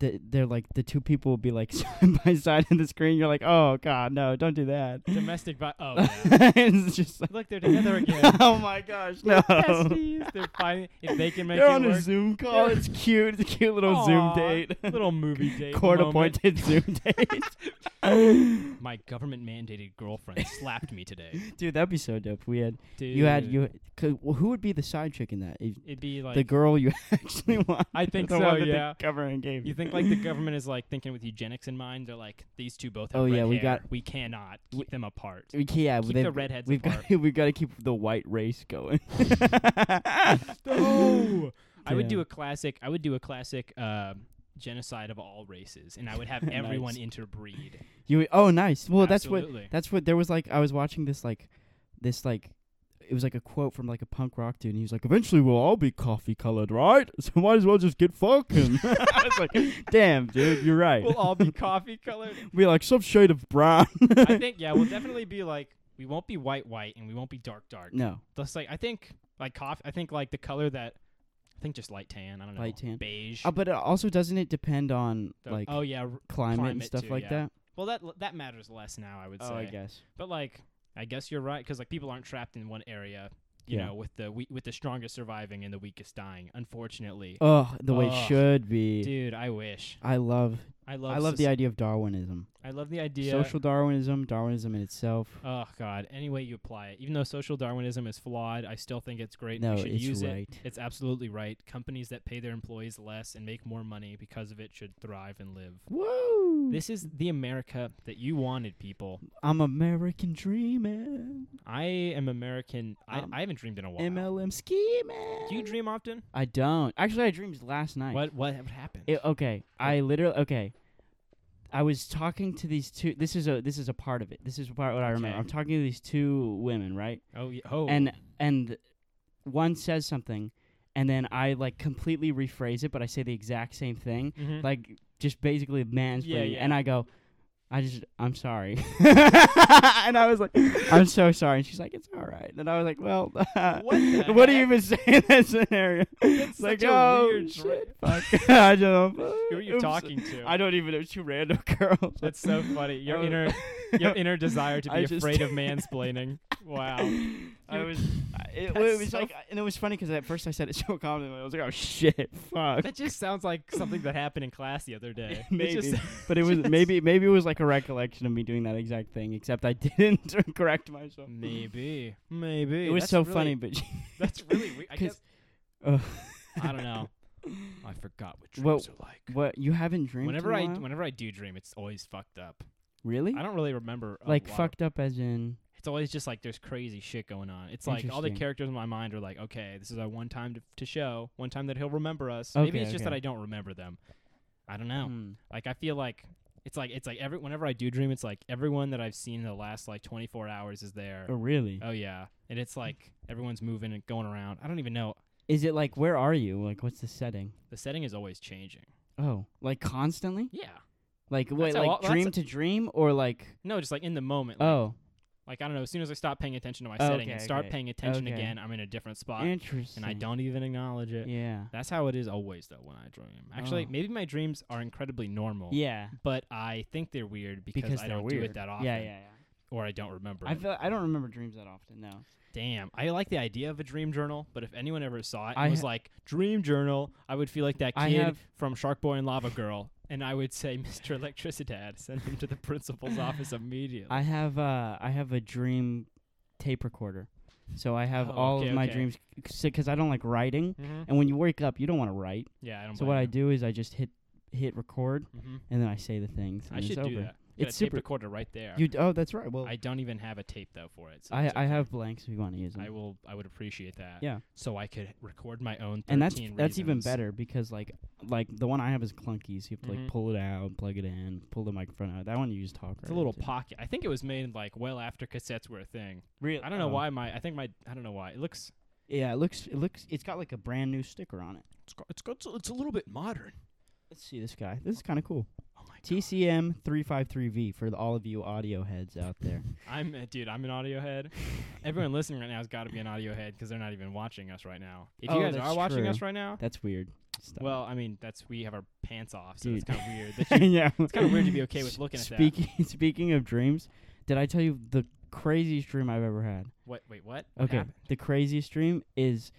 Speaker 1: th- they're like the two people would be like [laughs] side by side on the screen. You're like, oh god, no, don't do that. [laughs]
Speaker 2: domestic. Vi- oh, yeah.
Speaker 1: it's just like,
Speaker 2: look, they're
Speaker 1: [laughs]
Speaker 2: together again.
Speaker 1: oh my gosh, no.
Speaker 2: besties. They're finding if they can make
Speaker 1: They're
Speaker 2: it
Speaker 1: on
Speaker 2: work.
Speaker 1: a Zoom call.
Speaker 2: They're-
Speaker 1: It's cute. It's a cute little Zoom
Speaker 2: Aw,
Speaker 1: date.
Speaker 2: little
Speaker 1: [laughs]
Speaker 2: movie date.
Speaker 1: Court
Speaker 2: moment. [laughs]
Speaker 1: appointed Zoom date.
Speaker 2: My government mandated girlfriend slapped me today.
Speaker 1: Dude, that'd be so dope. if We had
Speaker 2: Dude,
Speaker 1: [laughs] you had you. Cause, well, who would be the side chick in that? If-
Speaker 2: It'd be like
Speaker 1: the girl you [laughs] actually want.
Speaker 2: I think
Speaker 1: the
Speaker 2: so,
Speaker 1: One that
Speaker 2: yeah.
Speaker 1: The government gave
Speaker 2: You think like the government is like thinking with eugenics in mind? They're like these two both. Have
Speaker 1: Oh,
Speaker 2: red
Speaker 1: yeah, we
Speaker 2: hair.
Speaker 1: got-
Speaker 2: We cannot keep them apart.
Speaker 1: We ca- yeah,
Speaker 2: Keep
Speaker 1: they-
Speaker 2: the redheads
Speaker 1: We've
Speaker 2: apart.
Speaker 1: got [laughs] we've got to keep the white race going.
Speaker 2: [laughs]
Speaker 1: [laughs]
Speaker 2: No. I would do
Speaker 1: Yeah.
Speaker 2: a classic. I would do a classic uh, genocide of all races, and I would have everyone
Speaker 1: [laughs] Nice.
Speaker 2: interbreed.
Speaker 1: You oh nice. Well, that's
Speaker 2: Absolutely.
Speaker 1: what that's what there was like. I was watching this like this like it was like a quote from like a punk rock dude, and he was like, "Eventually, we'll all be coffee colored, right? [laughs] So might as well just get fucking."
Speaker 2: [laughs]
Speaker 1: [laughs] I was [laughs] like, "Damn, dude, you're right.
Speaker 2: We'll all be coffee colored.
Speaker 1: be like some shade
Speaker 2: [laughs]
Speaker 1: of brown." [laughs]
Speaker 2: I think yeah, we'll definitely be like we won't be white white and we won't be dark dark.
Speaker 1: no,
Speaker 2: That's like I think like coffee. I think like the color that I think just light tan. I don't know.
Speaker 1: Light tan.
Speaker 2: Beige.
Speaker 1: uh, but uh, also doesn't it depend on
Speaker 2: The-
Speaker 1: like
Speaker 2: oh yeah. r-
Speaker 1: climate, and
Speaker 2: climate
Speaker 1: stuff
Speaker 2: too,
Speaker 1: like
Speaker 2: yeah.
Speaker 1: that?
Speaker 2: Well, that that matters less now. I would say.
Speaker 1: Oh, I guess.
Speaker 2: But like, I guess you're right because like people aren't trapped in one area. You
Speaker 1: Yeah.
Speaker 2: know, with the we- with the strongest surviving and the weakest dying. Unfortunately,
Speaker 1: Oh, the way it
Speaker 2: Ugh,
Speaker 1: should be.
Speaker 2: dude, I wish.
Speaker 1: I love,
Speaker 2: I love.
Speaker 1: I love the
Speaker 2: soc-
Speaker 1: idea of Darwinism.
Speaker 2: I love the idea.
Speaker 1: Social Darwinism, Darwinism in itself.
Speaker 2: Oh God! Any way you apply it, even though social Darwinism is flawed, I still think it's great.
Speaker 1: no,
Speaker 2: and we should
Speaker 1: it's
Speaker 2: use it.
Speaker 1: right.
Speaker 2: It's absolutely right. Companies that pay their employees less and make more money because of it should thrive and live.
Speaker 1: Woo!
Speaker 2: This is the America that you wanted, people.
Speaker 1: I'm American dreaming,
Speaker 2: I am American. I,
Speaker 1: Um,
Speaker 2: I haven't dreamed in a while.
Speaker 1: MLM scheming.
Speaker 2: Do you dream often?
Speaker 1: I don't. Actually, I dreamed last night.
Speaker 2: What what what happened?
Speaker 1: It- okay, I literally okay. I was talking to these two. This is a this is a part of it. This is a part what I remember.
Speaker 2: Okay.
Speaker 1: I'm talking to these two women, right?
Speaker 2: oh ye- oh.
Speaker 1: and and one says something and then i like completely rephrase it but i say the exact same
Speaker 2: [laughs]
Speaker 1: thing
Speaker 2: Mhm.
Speaker 1: like just basically mansplaining
Speaker 2: Yeah, yeah.
Speaker 1: and i go I just, I'm
Speaker 2: [laughs]
Speaker 1: sorry. and I was like, I'm so sorry. And she's like, it's all right. And I was like, well, [laughs] what,
Speaker 2: the
Speaker 1: do you
Speaker 2: heck?
Speaker 1: even say in that scenario?
Speaker 2: [laughs] That's
Speaker 1: like,
Speaker 2: such a
Speaker 1: oh,
Speaker 2: weird dra- [laughs]
Speaker 1: shit, fuck. [laughs] I don't know.
Speaker 2: Who are you
Speaker 1: Oops.
Speaker 2: talking to?
Speaker 1: I don't even know. Two random [laughs] girls.
Speaker 2: That's so funny. Your
Speaker 1: I was- [laughs]
Speaker 2: inner [laughs] your inner desire to
Speaker 1: I
Speaker 2: be
Speaker 1: just-
Speaker 2: afraid [laughs]
Speaker 1: [laughs]
Speaker 2: of mansplaining. Wow.
Speaker 1: I
Speaker 2: You're-
Speaker 1: was. I-
Speaker 2: [laughs]
Speaker 1: It,
Speaker 2: That's
Speaker 1: it was
Speaker 2: so
Speaker 1: like, and it was funny because at first I said it so calmly. I was like, "Oh shit, fuck."
Speaker 2: That just sounds like something that happened in class the other [laughs] day.
Speaker 1: Maybe,
Speaker 2: It just,
Speaker 1: but it was
Speaker 2: just-
Speaker 1: maybe maybe it was like a recollection of me doing that exact thing, except I [laughs] didn't correct
Speaker 2: [laughs]
Speaker 1: myself.
Speaker 2: maybe, maybe.
Speaker 1: it
Speaker 2: Mm.
Speaker 1: was
Speaker 2: That's
Speaker 1: so
Speaker 2: really-
Speaker 1: funny, [laughs] but
Speaker 2: That's really weird. I
Speaker 1: [laughs] 'Cause-
Speaker 2: guess
Speaker 1: Ugh.
Speaker 2: I don't know. I forgot what
Speaker 1: Well,
Speaker 2: dreams are like.
Speaker 1: what you haven't dreamed?
Speaker 2: Whenever
Speaker 1: in a
Speaker 2: I
Speaker 1: while?
Speaker 2: whenever I do dream, it's always fucked up.
Speaker 1: really
Speaker 2: I uh, don't really remember. a
Speaker 1: like
Speaker 2: lot of-
Speaker 1: fucked up as in
Speaker 2: It's always just like there's crazy shit going on. It's like all the
Speaker 1: Interesting.
Speaker 2: characters in my mind are like, okay, this is our one time to, to show, one time that he'll remember us. Maybe
Speaker 1: Okay,
Speaker 2: it's just that
Speaker 1: okay.
Speaker 2: I don't remember them. I don't know.
Speaker 1: hmm.
Speaker 2: Like I feel like it's like it's like every whenever I do dream, it's like everyone that I've seen in the last like 24 hours is there.
Speaker 1: Oh, really?
Speaker 2: Oh yeah, and it's like everyone's moving and going around. I don't even know.
Speaker 1: Is it like where are you? Like what's the setting?
Speaker 2: The setting is always changing.
Speaker 1: Oh, like constantly?
Speaker 2: Yeah.
Speaker 1: Like wait,
Speaker 2: That's how
Speaker 1: like
Speaker 2: all- that's-
Speaker 1: dream to dream or like
Speaker 2: No, just like in the moment. Like,
Speaker 1: oh
Speaker 2: Like I don't know. As soon as I stop paying attention to my
Speaker 1: Okay,
Speaker 2: setting and start
Speaker 1: okay,
Speaker 2: paying attention
Speaker 1: okay.
Speaker 2: again, I'm in a different spot,
Speaker 1: interesting
Speaker 2: and I don't even acknowledge it.
Speaker 1: yeah
Speaker 2: That's how it is always though when I dream. Actually,
Speaker 1: Oh.
Speaker 2: maybe my dreams are incredibly normal.
Speaker 1: yeah
Speaker 2: But I think they're weird because,
Speaker 1: because
Speaker 2: I
Speaker 1: they're
Speaker 2: don't
Speaker 1: weird
Speaker 2: do it that often.
Speaker 1: yeah yeah yeah
Speaker 2: Or I don't remember.
Speaker 1: I
Speaker 2: it.
Speaker 1: feel I don't remember dreams that often no
Speaker 2: Damn, I like the idea of a dream journal, but if anyone ever saw it and
Speaker 1: I
Speaker 2: was
Speaker 1: ha-
Speaker 2: like dream journal, I would feel like that
Speaker 1: I
Speaker 2: kid
Speaker 1: have-
Speaker 2: from Shark Boy and Lava Girl, and I would say, [laughs] Mr. Electricidad, send him to the principal's office immediately.
Speaker 1: [laughs] I have uh I have a dream tape recorder so I have
Speaker 2: Oh,
Speaker 1: all
Speaker 2: okay,
Speaker 1: of my
Speaker 2: okay.
Speaker 1: dreams because I don't like writing
Speaker 2: Mhm.
Speaker 1: and when you wake up you don't want to write
Speaker 2: Yeah, I don't.
Speaker 1: so what I do is I just hit hit record
Speaker 2: hmm
Speaker 1: and then I say the things and
Speaker 2: I
Speaker 1: it's
Speaker 2: should do
Speaker 1: over.
Speaker 2: that. Get
Speaker 1: It's
Speaker 2: a tape
Speaker 1: super-
Speaker 2: recorder right there.
Speaker 1: you d- oh that's right well
Speaker 2: I don't even have a tape though for it. So
Speaker 1: I
Speaker 2: it's
Speaker 1: I
Speaker 2: okay.
Speaker 1: have blanks if you want to use them
Speaker 2: I will. I would appreciate that.
Speaker 1: Yeah.
Speaker 2: So I could record my own. 13
Speaker 1: and that's that's even
Speaker 2: reasons.
Speaker 1: better because like like the one I have is clunky, so you have
Speaker 2: Mhm.
Speaker 1: to like pull it out, plug it in, pull the microphone out. That one you just talk.
Speaker 2: It's
Speaker 1: right
Speaker 2: a little
Speaker 1: into.
Speaker 2: pocket. I think it was made like well after cassettes were a thing.
Speaker 1: Real-
Speaker 2: I don't know
Speaker 1: oh.
Speaker 2: why my. I think my. I don't know why it looks.
Speaker 1: Yeah, it looks it looks it's got like a brand new sticker on it.
Speaker 2: It's got, it's got it's a little bit modern.
Speaker 1: Let's see this guy. This is kind of cool.
Speaker 2: Oh my
Speaker 1: TCM three five three V for the, all of you audio heads out
Speaker 2: [laughs]
Speaker 1: there.
Speaker 2: I'm uh, dude. I'm an audio
Speaker 1: [laughs]
Speaker 2: head. Everyone listening right now has got to be an audio head because they're not even watching us right now. If
Speaker 1: Oh,
Speaker 2: you guys
Speaker 1: that's
Speaker 2: are watching us
Speaker 1: true.
Speaker 2: right now,
Speaker 1: That's weird. Stop. [laughs]
Speaker 2: well, I mean that's we have our pants off, so it's
Speaker 1: Dude.
Speaker 2: kind of weird.
Speaker 1: [laughs]
Speaker 2: That you,
Speaker 1: yeah,
Speaker 2: it's kind of weird to be
Speaker 1: [laughs]
Speaker 2: okay with looking at that.
Speaker 1: speaking [laughs] speaking of dreams, did I tell you the craziest dream I've ever had?
Speaker 2: What? Wait, what? What
Speaker 1: Okay.
Speaker 2: happened?
Speaker 1: The craziest dream is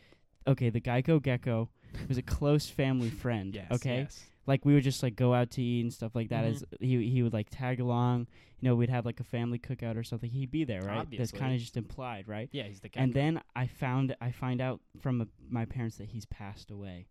Speaker 1: okay, the Geico Gecko was a close family
Speaker 2: [laughs]
Speaker 1: friend.
Speaker 2: Yes.
Speaker 1: okay.
Speaker 2: Yes.
Speaker 1: Like we would just like go out to eat and stuff like that
Speaker 2: Mhm.
Speaker 1: as he he would like tag along, you know, we'd have like a family cookout or something. He'd be there, right?
Speaker 2: Obviously.
Speaker 1: That's kind of just implied, right?
Speaker 2: Yeah, he's the guy.
Speaker 1: And then I found I find out from uh my parents that he's passed away.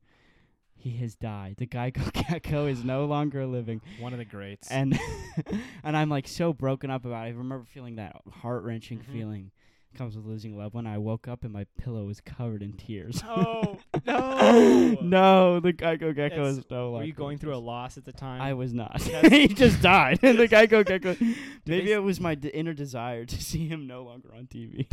Speaker 1: He has died. The Geico [laughs] Gecko is no longer living
Speaker 2: one of the greats.
Speaker 1: and [laughs] and I'm like so broken up about it. I remember feeling that heart wrenching
Speaker 2: Mhm.
Speaker 1: feeling comes with losing a loved one. I woke up and my pillow was covered
Speaker 2: [laughs]
Speaker 1: in tears.
Speaker 2: [laughs]
Speaker 1: [laughs]
Speaker 2: oh no!
Speaker 1: no, the Geico Gecko
Speaker 2: That's-
Speaker 1: is no
Speaker 2: Were
Speaker 1: longer.
Speaker 2: you going through a loss at the time?
Speaker 1: I was not. [laughs]
Speaker 2: That's-
Speaker 1: he just died. [laughs]
Speaker 2: [laughs]
Speaker 1: the Geico Gecko.
Speaker 2: s-
Speaker 1: Maybe it was my d- inner desire to [laughs] see him no longer on TV.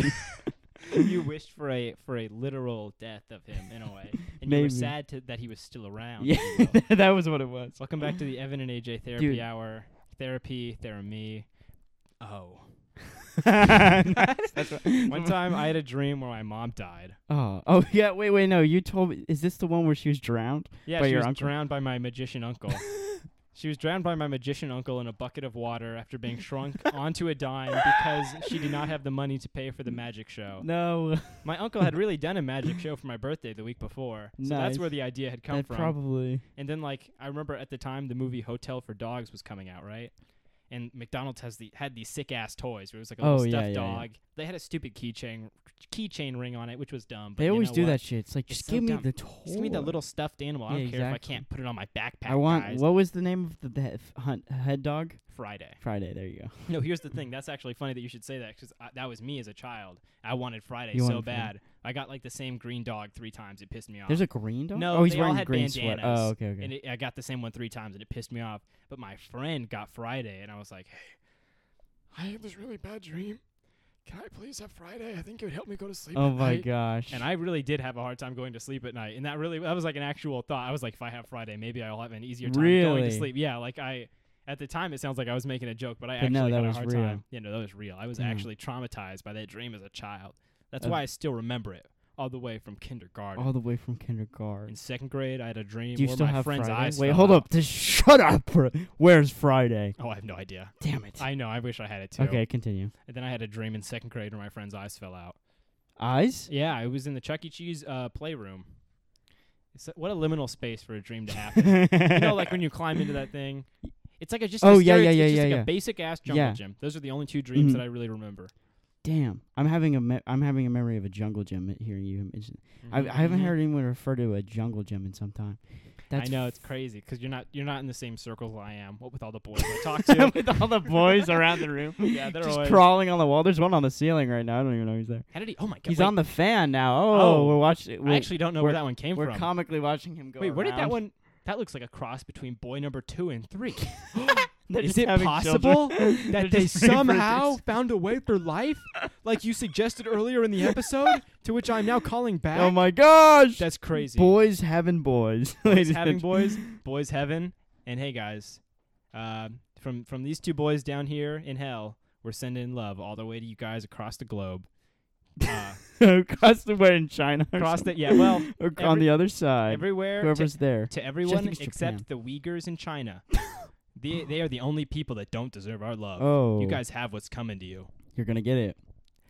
Speaker 2: [laughs] you wished for a for a literal death of him in a
Speaker 1: [laughs]
Speaker 2: way, and you were
Speaker 1: Maybe.
Speaker 2: sad to, that he was still around. if
Speaker 1: Yeah.
Speaker 2: you
Speaker 1: [laughs]
Speaker 2: will.
Speaker 1: [laughs] that was what it was.
Speaker 2: Welcome back to the Evan and AJ Therapy
Speaker 1: Dude.
Speaker 2: Hour. Therapy, therapy. [laughs] Oh.
Speaker 1: [laughs] That's what-
Speaker 2: One time I had a dream where my mom died.
Speaker 1: Oh, [laughs] oh yeah. Wait, wait. No, you told me. Is this the one where she was drowned?
Speaker 2: Yeah,
Speaker 1: By
Speaker 2: she
Speaker 1: your
Speaker 2: was
Speaker 1: uncle?
Speaker 2: drowned by my magician
Speaker 1: [laughs]
Speaker 2: uncle. she was drowned by my magician uncle in a bucket of water after being shrunk
Speaker 1: [laughs]
Speaker 2: onto a dime because she did not have the money to pay for the magic show.
Speaker 1: No. [laughs]
Speaker 2: My uncle had really done a magic show for my birthday the week before. So that's
Speaker 1: Nice.
Speaker 2: where the idea had come
Speaker 1: that
Speaker 2: from.
Speaker 1: probably.
Speaker 2: And then like I remember at the time the movie Hotel for Dogs was coming out, right? And McDonald's has the had these sick ass toys where it was like a
Speaker 1: Oh,
Speaker 2: little
Speaker 1: yeah,
Speaker 2: stuffed
Speaker 1: yeah, yeah.
Speaker 2: dog. They had a stupid keychain keychain ring on it, which was dumb. But
Speaker 1: They
Speaker 2: you
Speaker 1: always
Speaker 2: know
Speaker 1: do
Speaker 2: what?
Speaker 1: that shit. It's like
Speaker 2: It's
Speaker 1: just
Speaker 2: so
Speaker 1: give
Speaker 2: dumb.
Speaker 1: me the toy.
Speaker 2: Just give me that little stuffed animal. I don't
Speaker 1: Yeah,
Speaker 2: care if I
Speaker 1: exactly.
Speaker 2: can't put it on my backpack.
Speaker 1: I want.
Speaker 2: guys.
Speaker 1: What was the name of the, the f- hunt head dog?
Speaker 2: Friday. [laughs]
Speaker 1: Friday. There you go.
Speaker 2: No, here's the thing. That's actually funny that you should say that because that was me as a child. I wanted Friday
Speaker 1: You
Speaker 2: so
Speaker 1: wanted Friday.
Speaker 2: bad. I got like the same green dog three times. It pissed me off.
Speaker 1: There's a green dog.
Speaker 2: No,
Speaker 1: oh, he's
Speaker 2: they all
Speaker 1: wearing a
Speaker 2: had
Speaker 1: green sweater. Oh,
Speaker 2: bandanas,
Speaker 1: okay, okay.
Speaker 2: and it, I got the same one three times, and it pissed me off. But my friend got Friday, and I was like, "Hey, I have this really bad dream. Can I please have Friday? I think it would help me go to sleep."
Speaker 1: oh
Speaker 2: at
Speaker 1: my
Speaker 2: night."
Speaker 1: gosh.
Speaker 2: And I really did have a hard time going to sleep at night, and that really that was like an actual thought. I was like, "If I have Friday, maybe I'll have an easier time going
Speaker 1: Really?
Speaker 2: to sleep." Yeah, like I. At the time, it sounds like I was making a joke, but I
Speaker 1: But
Speaker 2: actually
Speaker 1: no, that
Speaker 2: had a
Speaker 1: was
Speaker 2: hard
Speaker 1: real. Mm.
Speaker 2: time. Yeah, no, that was real. I was
Speaker 1: Yeah.
Speaker 2: actually traumatized by that dream as a child. That's
Speaker 1: Uh,
Speaker 2: why I still remember it all the way from kindergarten.
Speaker 1: all the way from kindergarten.
Speaker 2: In second grade, I had a dream
Speaker 1: Do you
Speaker 2: where
Speaker 1: still
Speaker 2: my
Speaker 1: have
Speaker 2: friend's
Speaker 1: Friday?
Speaker 2: eyes
Speaker 1: Wait,
Speaker 2: fell
Speaker 1: hold
Speaker 2: out.
Speaker 1: up. [laughs] Just shut up. bro. Where's Friday?
Speaker 2: Oh, I have no idea.
Speaker 1: Damn it.
Speaker 2: I know. I wish I had it too.
Speaker 1: Okay, continue.
Speaker 2: And then I had a dream in second grade where my friend's eyes fell out.
Speaker 1: Eyes?
Speaker 2: Yeah, it was in the Chuck E. Cheese uh, playroom. It's, what a liminal space for a dream to happen. you know, like when you climb into that thing. It's like a just
Speaker 1: Oh,
Speaker 2: a
Speaker 1: yeah, yeah,
Speaker 2: stereoty-
Speaker 1: yeah,
Speaker 2: it's just
Speaker 1: yeah,
Speaker 2: like
Speaker 1: yeah.
Speaker 2: a basic ass jungle
Speaker 1: Yeah.
Speaker 2: gym. Those are the only two dreams
Speaker 1: Mhm.
Speaker 2: that I really remember.
Speaker 1: Damn, I'm having a me- I'm having a memory of a jungle gym. at- Hearing you mention, I, I haven't
Speaker 2: Mhm.
Speaker 1: heard anyone refer to a jungle gym in some time.
Speaker 2: I
Speaker 1: That's
Speaker 2: know
Speaker 1: [laughs]
Speaker 2: it's crazy because you're not you're not in the same circles I am. What with all the boys I
Speaker 1: [laughs]
Speaker 2: talk to.
Speaker 1: f- with all the boys around the room.
Speaker 2: [laughs] Yeah, they're
Speaker 1: just
Speaker 2: always.
Speaker 1: crawling on the wall. There's one on the ceiling right now. I don't even know he's there.
Speaker 2: How did he? Oh my god!
Speaker 1: He's
Speaker 2: wait,
Speaker 1: on the fan now. Oh,
Speaker 2: Oh,
Speaker 1: we're watching. We're,
Speaker 2: I actually don't know where
Speaker 1: we're-
Speaker 2: that one came
Speaker 1: we're
Speaker 2: from.
Speaker 1: comically watching him go.
Speaker 2: wait, where did that
Speaker 1: around.
Speaker 2: one? That looks like a cross between boy number two and three.
Speaker 1: [laughs] They're
Speaker 2: Is
Speaker 1: just
Speaker 2: it
Speaker 1: having [laughs]
Speaker 2: possible
Speaker 1: children. They're
Speaker 2: that they
Speaker 1: just reproducing.
Speaker 2: somehow found a way for life, like you suggested earlier in the episode, to which I'm now calling back?
Speaker 1: Oh my gosh!
Speaker 2: That's crazy.
Speaker 1: Boys having boys.
Speaker 2: boys
Speaker 1: ladies and
Speaker 2: having
Speaker 1: gen-
Speaker 2: boys, boys heaven, and hey guys, uh, from from these two boys down here in hell, we're sending love all the way to you guys across the globe.
Speaker 1: [laughs]
Speaker 2: Uh,
Speaker 1: across the way in China. or
Speaker 2: across
Speaker 1: something.
Speaker 2: the yeah, well,
Speaker 1: [laughs] Or on
Speaker 2: every-
Speaker 1: the other side.
Speaker 2: everywhere to,
Speaker 1: Whoever's there.
Speaker 2: to everyone
Speaker 1: it's
Speaker 2: except the Uyghurs in
Speaker 1: [laughs]
Speaker 2: China. They, they are the only people that don't deserve our love.
Speaker 1: Oh,
Speaker 2: You guys have what's coming to you. [laughs]
Speaker 1: you're gonna get it.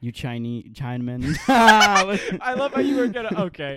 Speaker 1: You Chinese Chinaman. [laughs]
Speaker 2: I love how you were gonna. Okay,